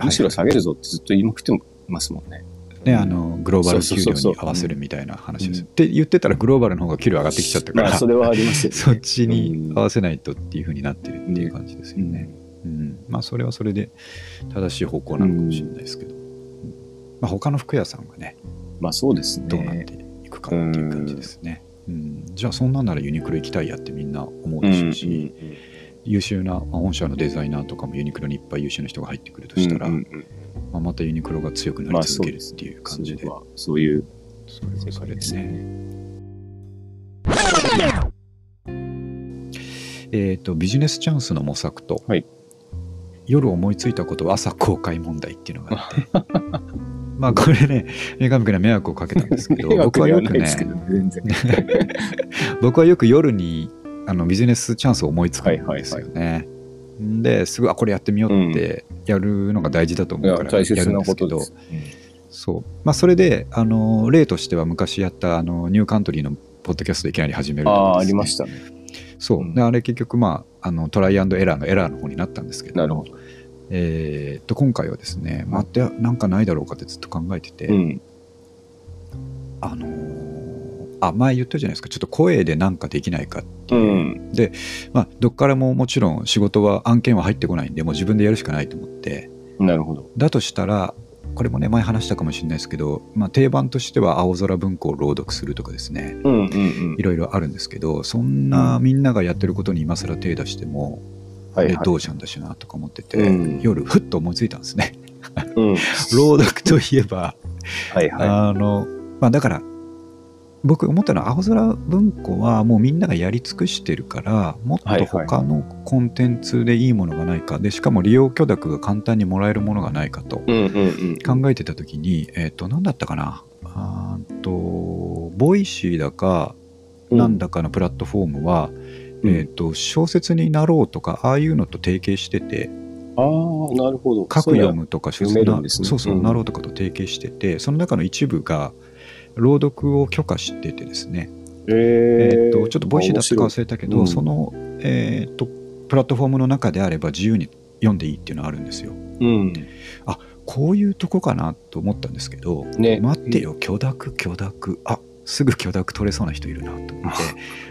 Speaker 2: う、むしろ下げるぞってずっと言いまくってますもんね。
Speaker 1: ねあのグローバル
Speaker 2: そ
Speaker 1: 給
Speaker 2: うそう
Speaker 1: 料
Speaker 2: そう
Speaker 1: に
Speaker 2: そう
Speaker 1: 合わせるみたいな話です、
Speaker 2: うん
Speaker 1: って言ってたらグローバルの方が給料上がってきちゃったか
Speaker 2: ま
Speaker 1: ら、
Speaker 2: あ、それはありますよ ね。
Speaker 1: そっちに合わせないとっていうふうになってるっていう感じですよ
Speaker 2: うん
Speaker 1: ね、うんまあそれはそれで正しい方向なのかもしれないですけど、うんまあ、他の服屋さんがね
Speaker 2: まあ、そうですね。
Speaker 1: どうなっていくかっていう感じですね。うん、じゃあそんなんならユニクロ行きたいやってみんな思うでしょうし、
Speaker 2: うん
Speaker 1: 優秀な、まあ本社のデザイナーとかもユニクロにいっぱい優秀な人が入ってくるとしたら、
Speaker 2: うんうんうん
Speaker 1: まあ、またユニクロが強くなり続けるっていう感じで、
Speaker 2: まあそうそういう
Speaker 1: それはそれですね。
Speaker 2: ね。
Speaker 1: えっ、とビジネスチャンスの模索と、
Speaker 2: はい
Speaker 1: 夜思いついたことは朝公開問題っていうのがあって。 まあこれね、三上君には迷惑をかけたんですけど、
Speaker 2: 迷
Speaker 1: 僕
Speaker 2: 惑
Speaker 1: は
Speaker 2: で
Speaker 1: よ
Speaker 2: は
Speaker 1: く
Speaker 2: ないですけ
Speaker 1: ね、
Speaker 2: どね、全然。
Speaker 1: 僕はよく夜にあのビジネスチャンスを思いつくんですよね。ですぐあこれやってみようってやるのが大事だと
Speaker 2: い
Speaker 1: 思う
Speaker 2: や
Speaker 1: から
Speaker 2: 大
Speaker 1: や
Speaker 2: 切
Speaker 1: るん
Speaker 2: な
Speaker 1: です
Speaker 2: こ
Speaker 1: け
Speaker 2: と
Speaker 1: ど
Speaker 2: です。
Speaker 1: そう、まあ、それであの例としては昔やったあのニューカントリーのポッドキャストいきなり始める
Speaker 2: あ
Speaker 1: とか
Speaker 2: あ、あ
Speaker 1: ですね
Speaker 2: りましたね。
Speaker 1: そう、
Speaker 2: うん
Speaker 1: であれ結局、まあ、あのトライアンドエラーのエラーの方になったんですけど
Speaker 2: なるほど。
Speaker 1: えーっと今回はですねまたなんかないだろうかってずっと考えてて、
Speaker 2: うん。
Speaker 1: あのーあ前言ったじゃないですかちょっと声で何かできないかって
Speaker 2: う
Speaker 1: いう、
Speaker 2: ん。
Speaker 1: まあ、どっからももちろん仕事は案件は入ってこないんでもう自分でやるしかないと思って
Speaker 2: なるほど。
Speaker 1: だとしたらこれもね前話したかもしれないですけど、まあ、定番としては青空文庫を朗読するとかですね
Speaker 2: うんうんうん
Speaker 1: い。ろいろあるんですけどそんなみんながやってることに今更手出しても、
Speaker 2: はい
Speaker 1: え
Speaker 2: はい。
Speaker 1: どうしたんだしなとか思ってて、
Speaker 2: うん
Speaker 1: 夜ふっと思いついたんですね
Speaker 2: うん。
Speaker 1: 朗読といえば
Speaker 2: はいは
Speaker 1: あの、まあ、だから僕思ったのは青空文庫はもうみんながやり尽くしてるからもっ
Speaker 2: はいは
Speaker 1: と
Speaker 2: い
Speaker 1: 他のコンテンツでいいものがないかでしかも利用許諾が簡単にもらえるものがないかと
Speaker 2: い。うんうんうん。
Speaker 1: 考えてた時にえっ、と何だったかなあーっとボイシーだかなんだかのプラットフォームは、
Speaker 2: うん
Speaker 1: えっと小説になろうとかああいうのと提携してて
Speaker 2: ああ、なるほど。
Speaker 1: 書く読
Speaker 2: む。
Speaker 1: むとか
Speaker 2: そういうの読めるんですね
Speaker 1: そうそう、
Speaker 2: うん
Speaker 1: なろうとかと提携しててその中の一部が朗読を許可しててですね、
Speaker 2: え
Speaker 1: え
Speaker 2: ー
Speaker 1: ーっとちょっとボイシーだったか忘れたけど、
Speaker 2: 面白
Speaker 1: そ
Speaker 2: い
Speaker 1: の、えーっとプラットフォームの中であれば自由に読んでいいっていうのはあるんですよ
Speaker 2: うん。
Speaker 1: こういうとこかなと思ったんですけど、
Speaker 2: ね。
Speaker 1: 待ってよ許諾許諾あすぐ許諾取れそうな人いるなと思っ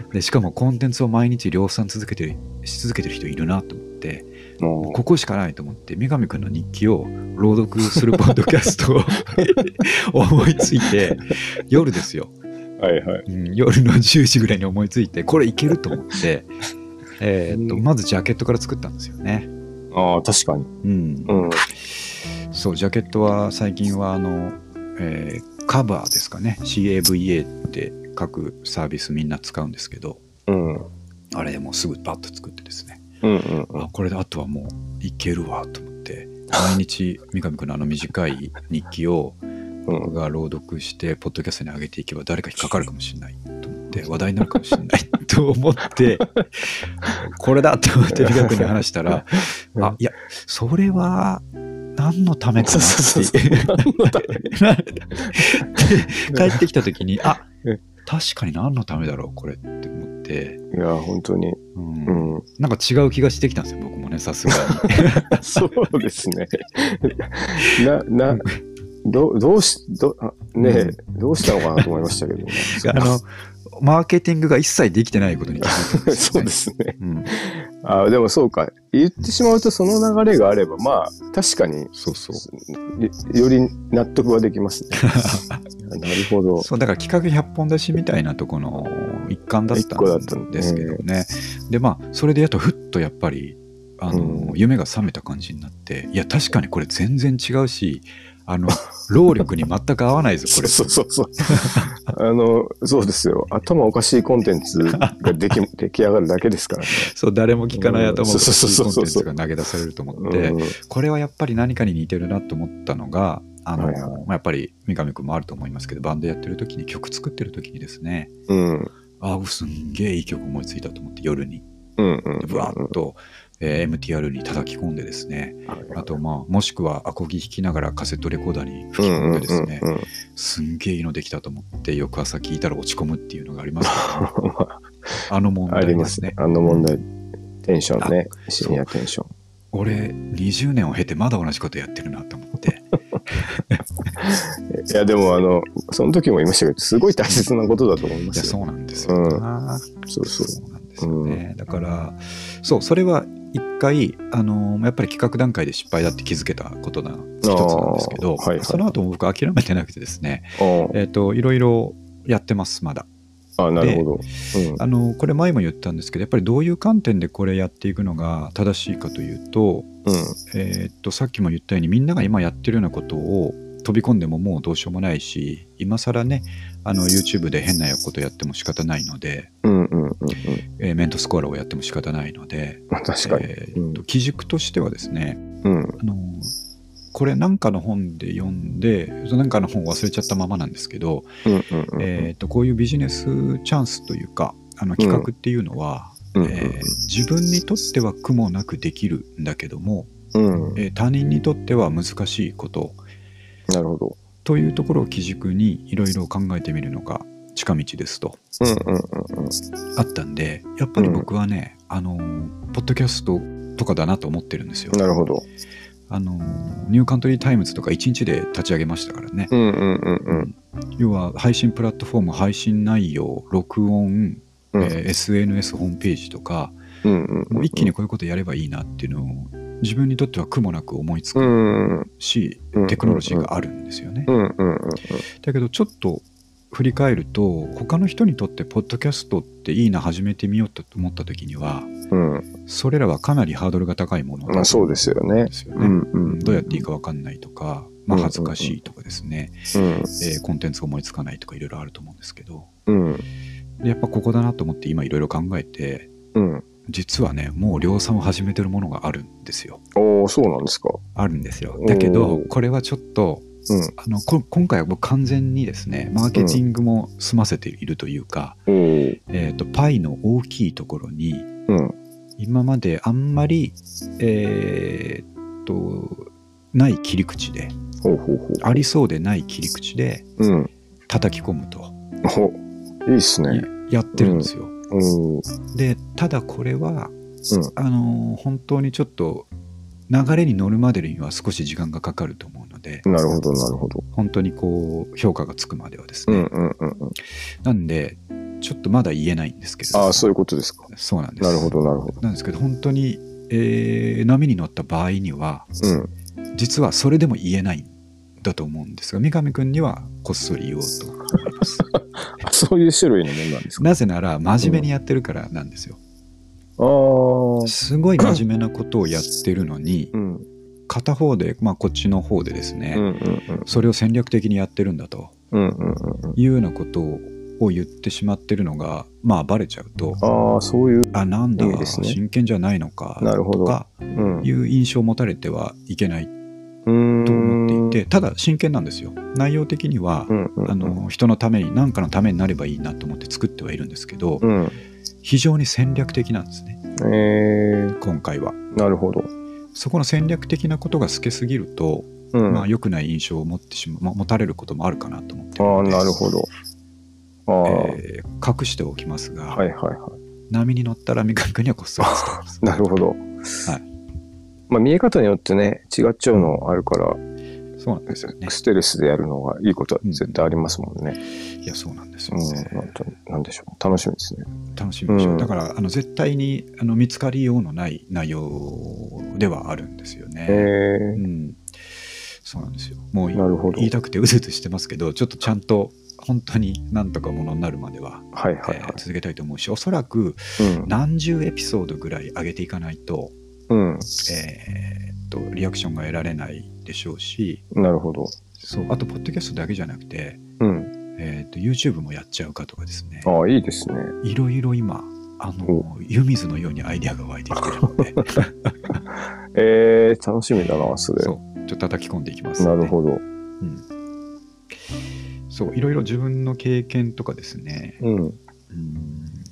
Speaker 1: て でしかもコンテンツを毎日量産続けてるし続けてる人いるなと思って
Speaker 2: も
Speaker 1: ここしかないと思って三上くんの日記を朗読するポッドキャストを 思いついて夜ですよ、
Speaker 2: う。はいはい。
Speaker 1: うん夜の10時ぐらいに思いついてこれいけると思ってえーっと
Speaker 2: うん
Speaker 1: まずジャケットから作ったんですよね。
Speaker 2: ああ、確かに。
Speaker 1: うん
Speaker 2: うん。
Speaker 1: そうジャケットは最近はあの、えーカバーですかね CAVA って書くサービスみんな使うんですけど
Speaker 2: うん。
Speaker 1: あれでもうすぐバッと作ってですね
Speaker 2: うんうんうん
Speaker 1: あこれであとはもういけるわと思って毎日三上君のあの短い日記を
Speaker 2: うん
Speaker 1: 僕。が朗読してポッドキャストに上げていけば誰か引っかかるかもしれないと思って話題になるかもしれないと思ってこれだと思って三上君に話したら
Speaker 2: うん
Speaker 1: あいやそれは何のためかな
Speaker 2: そう
Speaker 1: っ
Speaker 2: そ
Speaker 1: て
Speaker 2: う
Speaker 1: いう。なで
Speaker 2: うん
Speaker 1: 帰ってきた時にあ
Speaker 2: うん
Speaker 1: 確かに何のためだろうこれって思って、
Speaker 2: いや、本当に。
Speaker 1: うん
Speaker 2: うん。
Speaker 1: なんか違う気がしてきたんですよ僕もねさすがに
Speaker 2: そうですね。な、な、ど、どうし、ど、あねえ、どうしたのかなと思いましたけどね。
Speaker 1: あのマーケティングが一切できてないことに気づいたんです
Speaker 2: そ
Speaker 1: よね
Speaker 2: うですね。
Speaker 1: うん、
Speaker 2: あでもそうか。言ってしまうとその流れがあれば、まあ、確かに、
Speaker 1: そうそう
Speaker 2: よより納得はできますね。なるほど。
Speaker 1: そうだから企画100本出しみたいなとこの一環だっ
Speaker 2: 一個だったた
Speaker 1: ん
Speaker 2: ん
Speaker 1: ですけどね、でまあそれでやっとふっとやっぱりあの、
Speaker 2: うん
Speaker 1: 夢が覚めた感じになっていや確かにこれ全然違うしあ の労力に全く合わないぞこ
Speaker 2: そ
Speaker 1: れ
Speaker 2: うそうそうそう。 あの、そうですよ。頭おかしいコンテンツができ出来上がるだけですからね。
Speaker 1: そう誰も聞かない頭
Speaker 2: うん
Speaker 1: の欲しい
Speaker 2: そ
Speaker 1: コ
Speaker 2: う
Speaker 1: ン
Speaker 2: そ
Speaker 1: テンツ
Speaker 2: うそうそう
Speaker 1: が投げ出されると思っ
Speaker 2: う
Speaker 1: て
Speaker 2: ん、
Speaker 1: これはやっぱり何かに似てるなと思ったのがあの、
Speaker 2: はいはい
Speaker 1: まあやっぱり三上君もあると思いますけどバンドやってる時に曲作ってる時にですね
Speaker 2: うん。
Speaker 1: ああすんげえいい曲思いついたと思って夜に
Speaker 2: うんうんうん。
Speaker 1: ぶわっと、えー MTR に叩き込んでですね
Speaker 2: はい
Speaker 1: あとまあもしくはアコギ弾きながらカセットレコーダーに吹き込んでですね、
Speaker 2: うんうんうん
Speaker 1: すんげえいいのできたと思って翌朝聞いたら落ち込むっていうのがあります からねあの問
Speaker 2: あ
Speaker 1: 題
Speaker 2: り
Speaker 1: で
Speaker 2: ます
Speaker 1: す
Speaker 2: ね
Speaker 1: ね。
Speaker 2: あの問題。テンションね。深夜テンション。
Speaker 1: 俺20年を経てまだ同じことやってるなと思って
Speaker 2: いや、でも、あの、その時も言いましたけど、すごい大切なことだと思いま
Speaker 1: いや
Speaker 2: すよ。
Speaker 1: そうなんですよ、
Speaker 2: うん
Speaker 1: な
Speaker 2: そうそう。
Speaker 1: そうなんですよね、だからそうそれは一回、あのーやっぱり企画段階で失敗だって気づけたことな一つなんですけど、
Speaker 2: あーはいはい
Speaker 1: その後も僕諦めてなくてですね、
Speaker 2: あ
Speaker 1: えっといろいろやってますまだ
Speaker 2: ああ、なるほど。
Speaker 1: あのこれ前も言ったんですけどやっぱりどういう観点でこれやっていくのが正しいかというと,、
Speaker 2: うん。
Speaker 1: えーっとさっきも言ったようにみんなが今やってるようなことを飛び込んでももうどうしようもないし今更ねあの YouTube で変なことやっても仕方ないので、
Speaker 2: うん。うんうんうんうん。
Speaker 1: えーメントスコアラをやっても仕方ないので、
Speaker 2: まあ確かに。
Speaker 1: えーっと基軸としてはですね
Speaker 2: うん。
Speaker 1: あのこれ何かの本で読んで何かの本忘れちゃったままなんですけど、
Speaker 2: うんうんうん。
Speaker 1: えーっとこういうビジネスチャンスというかあの企画っていうのは、
Speaker 2: うん
Speaker 1: えー自分にとっては苦もなくできるんだけども、
Speaker 2: うんうん。
Speaker 1: えー他人にとっては難しいこと
Speaker 2: なるほど。
Speaker 1: というところを基軸にいろいろ考えてみるのが近道ですと
Speaker 2: うんうんうんうん。
Speaker 1: あったんでやっぱり僕はね、あのーポッドキャストとかだなと思ってるんですよ。
Speaker 2: なるほど。
Speaker 1: あのニューカントリータイムズとか1日で立ち上げましたからね、
Speaker 2: うんうんうん
Speaker 1: 要は配信プラットフォーム配信内容録音、
Speaker 2: うん。
Speaker 1: えー SNS ホームページとか
Speaker 2: うんうんうん
Speaker 1: もう一気にこういうことやればいいなっていうのを自分にとっては苦もなく思いつ
Speaker 2: う
Speaker 1: く
Speaker 2: んうん
Speaker 1: し、
Speaker 2: うん
Speaker 1: テクノロジーがあるんですよね、
Speaker 2: うんうん
Speaker 1: だけどちょっと振り返ると他の人にとってポッドキャストっていいな始めてみようと思った時には
Speaker 2: うんうん。
Speaker 1: それらはかなりハードルが高いものだと
Speaker 2: まあそうですよね
Speaker 1: ですよ
Speaker 2: う
Speaker 1: ね
Speaker 2: んうん。
Speaker 1: どうやっていいか分かんないとか、まあ、恥ずかしいとかですね、
Speaker 2: うん
Speaker 1: えーコンテンツが思いつかないとかいろいろあると思うんですけど
Speaker 2: うん
Speaker 1: でやっぱここだなと思って今いろいろ考えて
Speaker 2: うん。
Speaker 1: 実はねもう量産を始めてるものがあるんですよ
Speaker 2: おおそうなんですか。
Speaker 1: あるんですよだけど
Speaker 2: おー
Speaker 1: これはちょっと
Speaker 2: うん。
Speaker 1: あのこ今回は僕完全にですねマーケティングも済ませているというか、
Speaker 2: おー
Speaker 1: えー、とパイの大きいところに
Speaker 2: うん
Speaker 1: 今まであんまりえーっとない切り口で
Speaker 2: ほうほうほ
Speaker 1: ありそうでない切り口で
Speaker 2: う。うん。
Speaker 1: 叩き込むと
Speaker 2: おいいっすね。
Speaker 1: いやってるんですよ。
Speaker 2: うん。うん。
Speaker 1: でただこれは、あのー本当にちょっと流れに乗るまでには少し時間がかかると思うので
Speaker 2: なるほど、なるほど。
Speaker 1: 本当にこう評価がつくまではです
Speaker 2: う
Speaker 1: ね、
Speaker 2: んうんうんうん。
Speaker 1: なんでちょっとまだ言えないんですけれど
Speaker 2: ああ、そう
Speaker 1: う
Speaker 2: いうことですか。
Speaker 1: そうなんです
Speaker 2: なるほど、なるほど。
Speaker 1: なんですけど本当に、えー波に乗った場合には
Speaker 2: うん。
Speaker 1: 実はそれでも言えないんだと思うんですが三上君にはこっそり言おうと思います
Speaker 2: あそういう種類のものなんですか。
Speaker 1: なぜなら真面目にやってるからなんですよ
Speaker 2: ああ。
Speaker 1: すごい真面目なことをやってるのに
Speaker 2: うん。
Speaker 1: 片方で、まあ、こっちの方でですね、
Speaker 2: うんうん
Speaker 1: それを戦略的にやってるんだと
Speaker 2: うん。うんうんうん
Speaker 1: いうようなことを言ってしまってるのがまあバレちゃうと
Speaker 2: うん。ああ、そういう。
Speaker 1: あなんだ
Speaker 2: いいですね
Speaker 1: 真剣じゃないのか
Speaker 2: なるほど
Speaker 1: とか
Speaker 2: うん。
Speaker 1: いう印象を持たれてはいけないと
Speaker 2: と
Speaker 1: 思っていてただ真剣なんですよ内容的には、
Speaker 2: うんうんうん、
Speaker 1: あの人のために何かのためになればいいなと思って作ってはいるんですけど、
Speaker 2: うん、
Speaker 1: 非常に戦略的なんですね
Speaker 2: え
Speaker 1: 今回は。
Speaker 2: ー、なるほど。
Speaker 1: そこの戦略的なことが透けすぎると、
Speaker 2: うん、
Speaker 1: まあ、
Speaker 2: あ
Speaker 1: 良くない印象を持ってしまう、まあ持たれることもあるかなと思って
Speaker 2: あー、
Speaker 1: ので
Speaker 2: なるほど。ああ、
Speaker 1: えー隠しておきますが、
Speaker 2: はいはいは
Speaker 1: 波に乗ったら三上君にはこっそり伝えます
Speaker 2: い。なるほど。はいまあ、見え方によってね、違っちゃうのあるから、
Speaker 1: そうなんですよね
Speaker 2: ステルスでやるのがいいことは絶対ありますもんね。
Speaker 1: いやそうなんです
Speaker 2: う
Speaker 1: よ
Speaker 2: ん、
Speaker 1: ね、
Speaker 2: なんとなんでしょう。楽しみですね。
Speaker 1: 楽しみでしょう、
Speaker 2: うん
Speaker 1: だからあの絶対にあの見つかりようのない内容ではあるんですよね、
Speaker 2: えー
Speaker 1: うん、そうなんですよもうい
Speaker 2: なるほど。
Speaker 1: 言いたくてうずうずしてますけどちょっとちゃんと本当になんとかものになるまでは、
Speaker 2: はいはい
Speaker 1: え
Speaker 2: は
Speaker 1: ー続けたいと思うしおそらく
Speaker 2: い。うん
Speaker 1: 何十エピソードぐらい上げていかないと,、
Speaker 2: うん、
Speaker 1: えーっとリアクションが得られないでしょうし
Speaker 2: なるほど。
Speaker 1: そうあとポッドキャストだけじゃなくて、
Speaker 2: うん。
Speaker 1: えーっと YouTube もやっちゃうかとかですね
Speaker 2: ああ、いいですね。
Speaker 1: いろいろ今あの湯水のようにアイデアが湧いてきてる ので
Speaker 2: えー、楽しみだな、それ。
Speaker 1: そうちょっと叩き込んでいきます、
Speaker 2: なるほど。
Speaker 1: うん、そういろいろ自分の経験とかですね
Speaker 2: うん。
Speaker 1: うん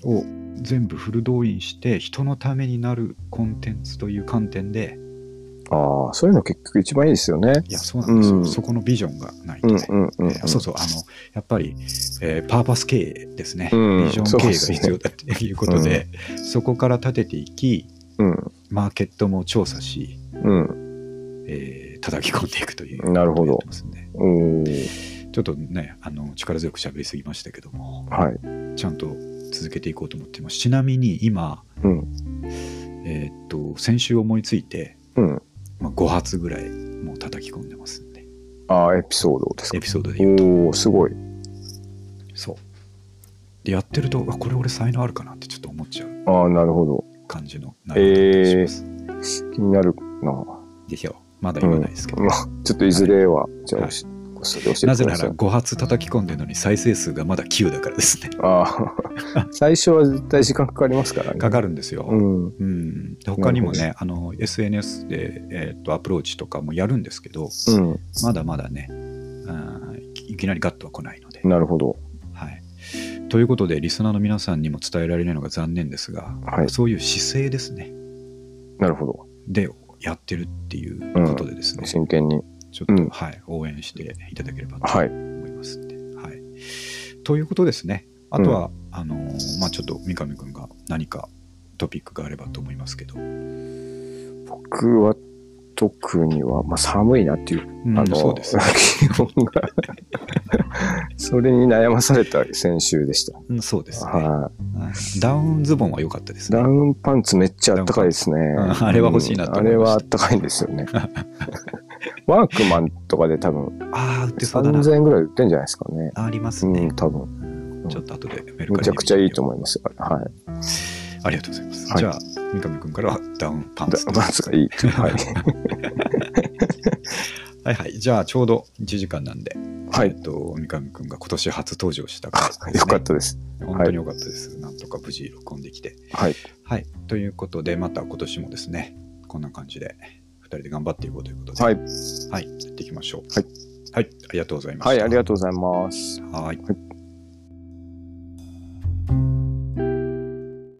Speaker 1: を全部フル動員して人のためになるコンテンツという観点で
Speaker 2: ああ、そういうの結局一番いいですよね。
Speaker 1: いやそうなんですよ、
Speaker 2: うん
Speaker 1: そこのビジョンがないと
Speaker 2: うん
Speaker 1: ね、
Speaker 2: うんうん、うん。
Speaker 1: えーそうそうあのやっぱり、えーパーパス経営ですね、
Speaker 2: うん
Speaker 1: ビジョン経営が必要だということでそこから立てていき
Speaker 2: うん。
Speaker 1: マーケットも調査し、
Speaker 2: うん。
Speaker 1: えー叩き込んでいくという
Speaker 2: なるほど
Speaker 1: やってますんで
Speaker 2: おー
Speaker 1: ちょっとねあの力強く喋りすぎましたけども
Speaker 2: はい。
Speaker 1: ちゃんと続けていこうと思っていますちなみに今、
Speaker 2: うん
Speaker 1: えーっと先週思いついて、
Speaker 2: うん。
Speaker 1: まあ、5発ぐらいもう叩き込んでますんで
Speaker 2: ああ、エピソードですか
Speaker 1: エ。ピソードで言うと
Speaker 2: おおすごい。
Speaker 1: そうでやってるとあこれ俺才能あるかなってちょっと思っちゃう
Speaker 2: ああ、なるほど。
Speaker 1: 感じの内容だったりします、
Speaker 2: 気になるな。
Speaker 1: でしょうまだ言わないですけど、
Speaker 2: まあ、ちょっといずれは、じゃあ、
Speaker 1: はい
Speaker 2: 教えこっそり教えてくだ
Speaker 1: なぜ
Speaker 2: さい。
Speaker 1: なら5発叩き込んでるのに再生数がまだ9だからですね
Speaker 2: ああ、 最初は絶対時間かかりますからね。
Speaker 1: かかるんですよ、
Speaker 2: うん。
Speaker 1: うん、で他にもねあの SNS で、えーっとアプローチとかもやるんですけど、
Speaker 2: うん。
Speaker 1: まだまだね、うんいきいきなりガッとは来ないので。
Speaker 2: なるほど。
Speaker 1: はい、ということで、リスナーの皆さんにも伝えられないのが残念ですが、
Speaker 2: はい。
Speaker 1: そういう姿勢ですね、
Speaker 2: なるほど。
Speaker 1: でやってるっていうことでですね、
Speaker 2: 真剣に。
Speaker 1: ちょっと、
Speaker 2: うん
Speaker 1: はい、応援していただければと
Speaker 2: はい。
Speaker 1: 思いますんで。はいということですね、あとは、あのーまあ、ちょっと三上君が何かトピックがあればと思いますけど、
Speaker 2: 僕は、特には、まあ、寒いなっていう、
Speaker 1: うん
Speaker 2: あの、
Speaker 1: そうです、ね
Speaker 2: 気温が、 それに悩まされた先週でした。
Speaker 1: うんそうですね、
Speaker 2: は
Speaker 1: うんダウンズボンは良かったで
Speaker 2: い。
Speaker 1: すね
Speaker 2: ダウンパンツめっちゃあったかいですね。
Speaker 1: ンあれは欲しいなと思いました
Speaker 2: うんあれはあったかいんです よね。ワークマンとかで多分
Speaker 1: ああ売ってそうだな
Speaker 2: 3000円ぐらい売ってんじゃないですかね。
Speaker 1: あります
Speaker 2: う
Speaker 1: ね
Speaker 2: ん、、多分。ん
Speaker 1: ちょっと後でメルカリで見てみよ
Speaker 2: む
Speaker 1: う
Speaker 2: ちゃくちゃいいと思います。はい。
Speaker 1: ありがとうございます、
Speaker 2: はい
Speaker 1: じゃあ三上君からはダウンパンツと
Speaker 2: ダンスがいい。はい。
Speaker 1: はいはいじゃあちょうど1時間なんで、
Speaker 2: は
Speaker 1: え
Speaker 2: い。
Speaker 1: っと三上君が今年初登場した回ですね、
Speaker 2: よかったです。
Speaker 1: 本当に良かったです、なんとか無事録音できて
Speaker 2: はい。
Speaker 1: はいということでまた今年もですねこんな感じで2人で頑張っていこうということで
Speaker 2: はい。
Speaker 1: はい、やっていきましょう。
Speaker 2: はい。
Speaker 1: はい、ありがとうございました。
Speaker 2: はい、ありがとうございます。
Speaker 1: はい。
Speaker 2: はい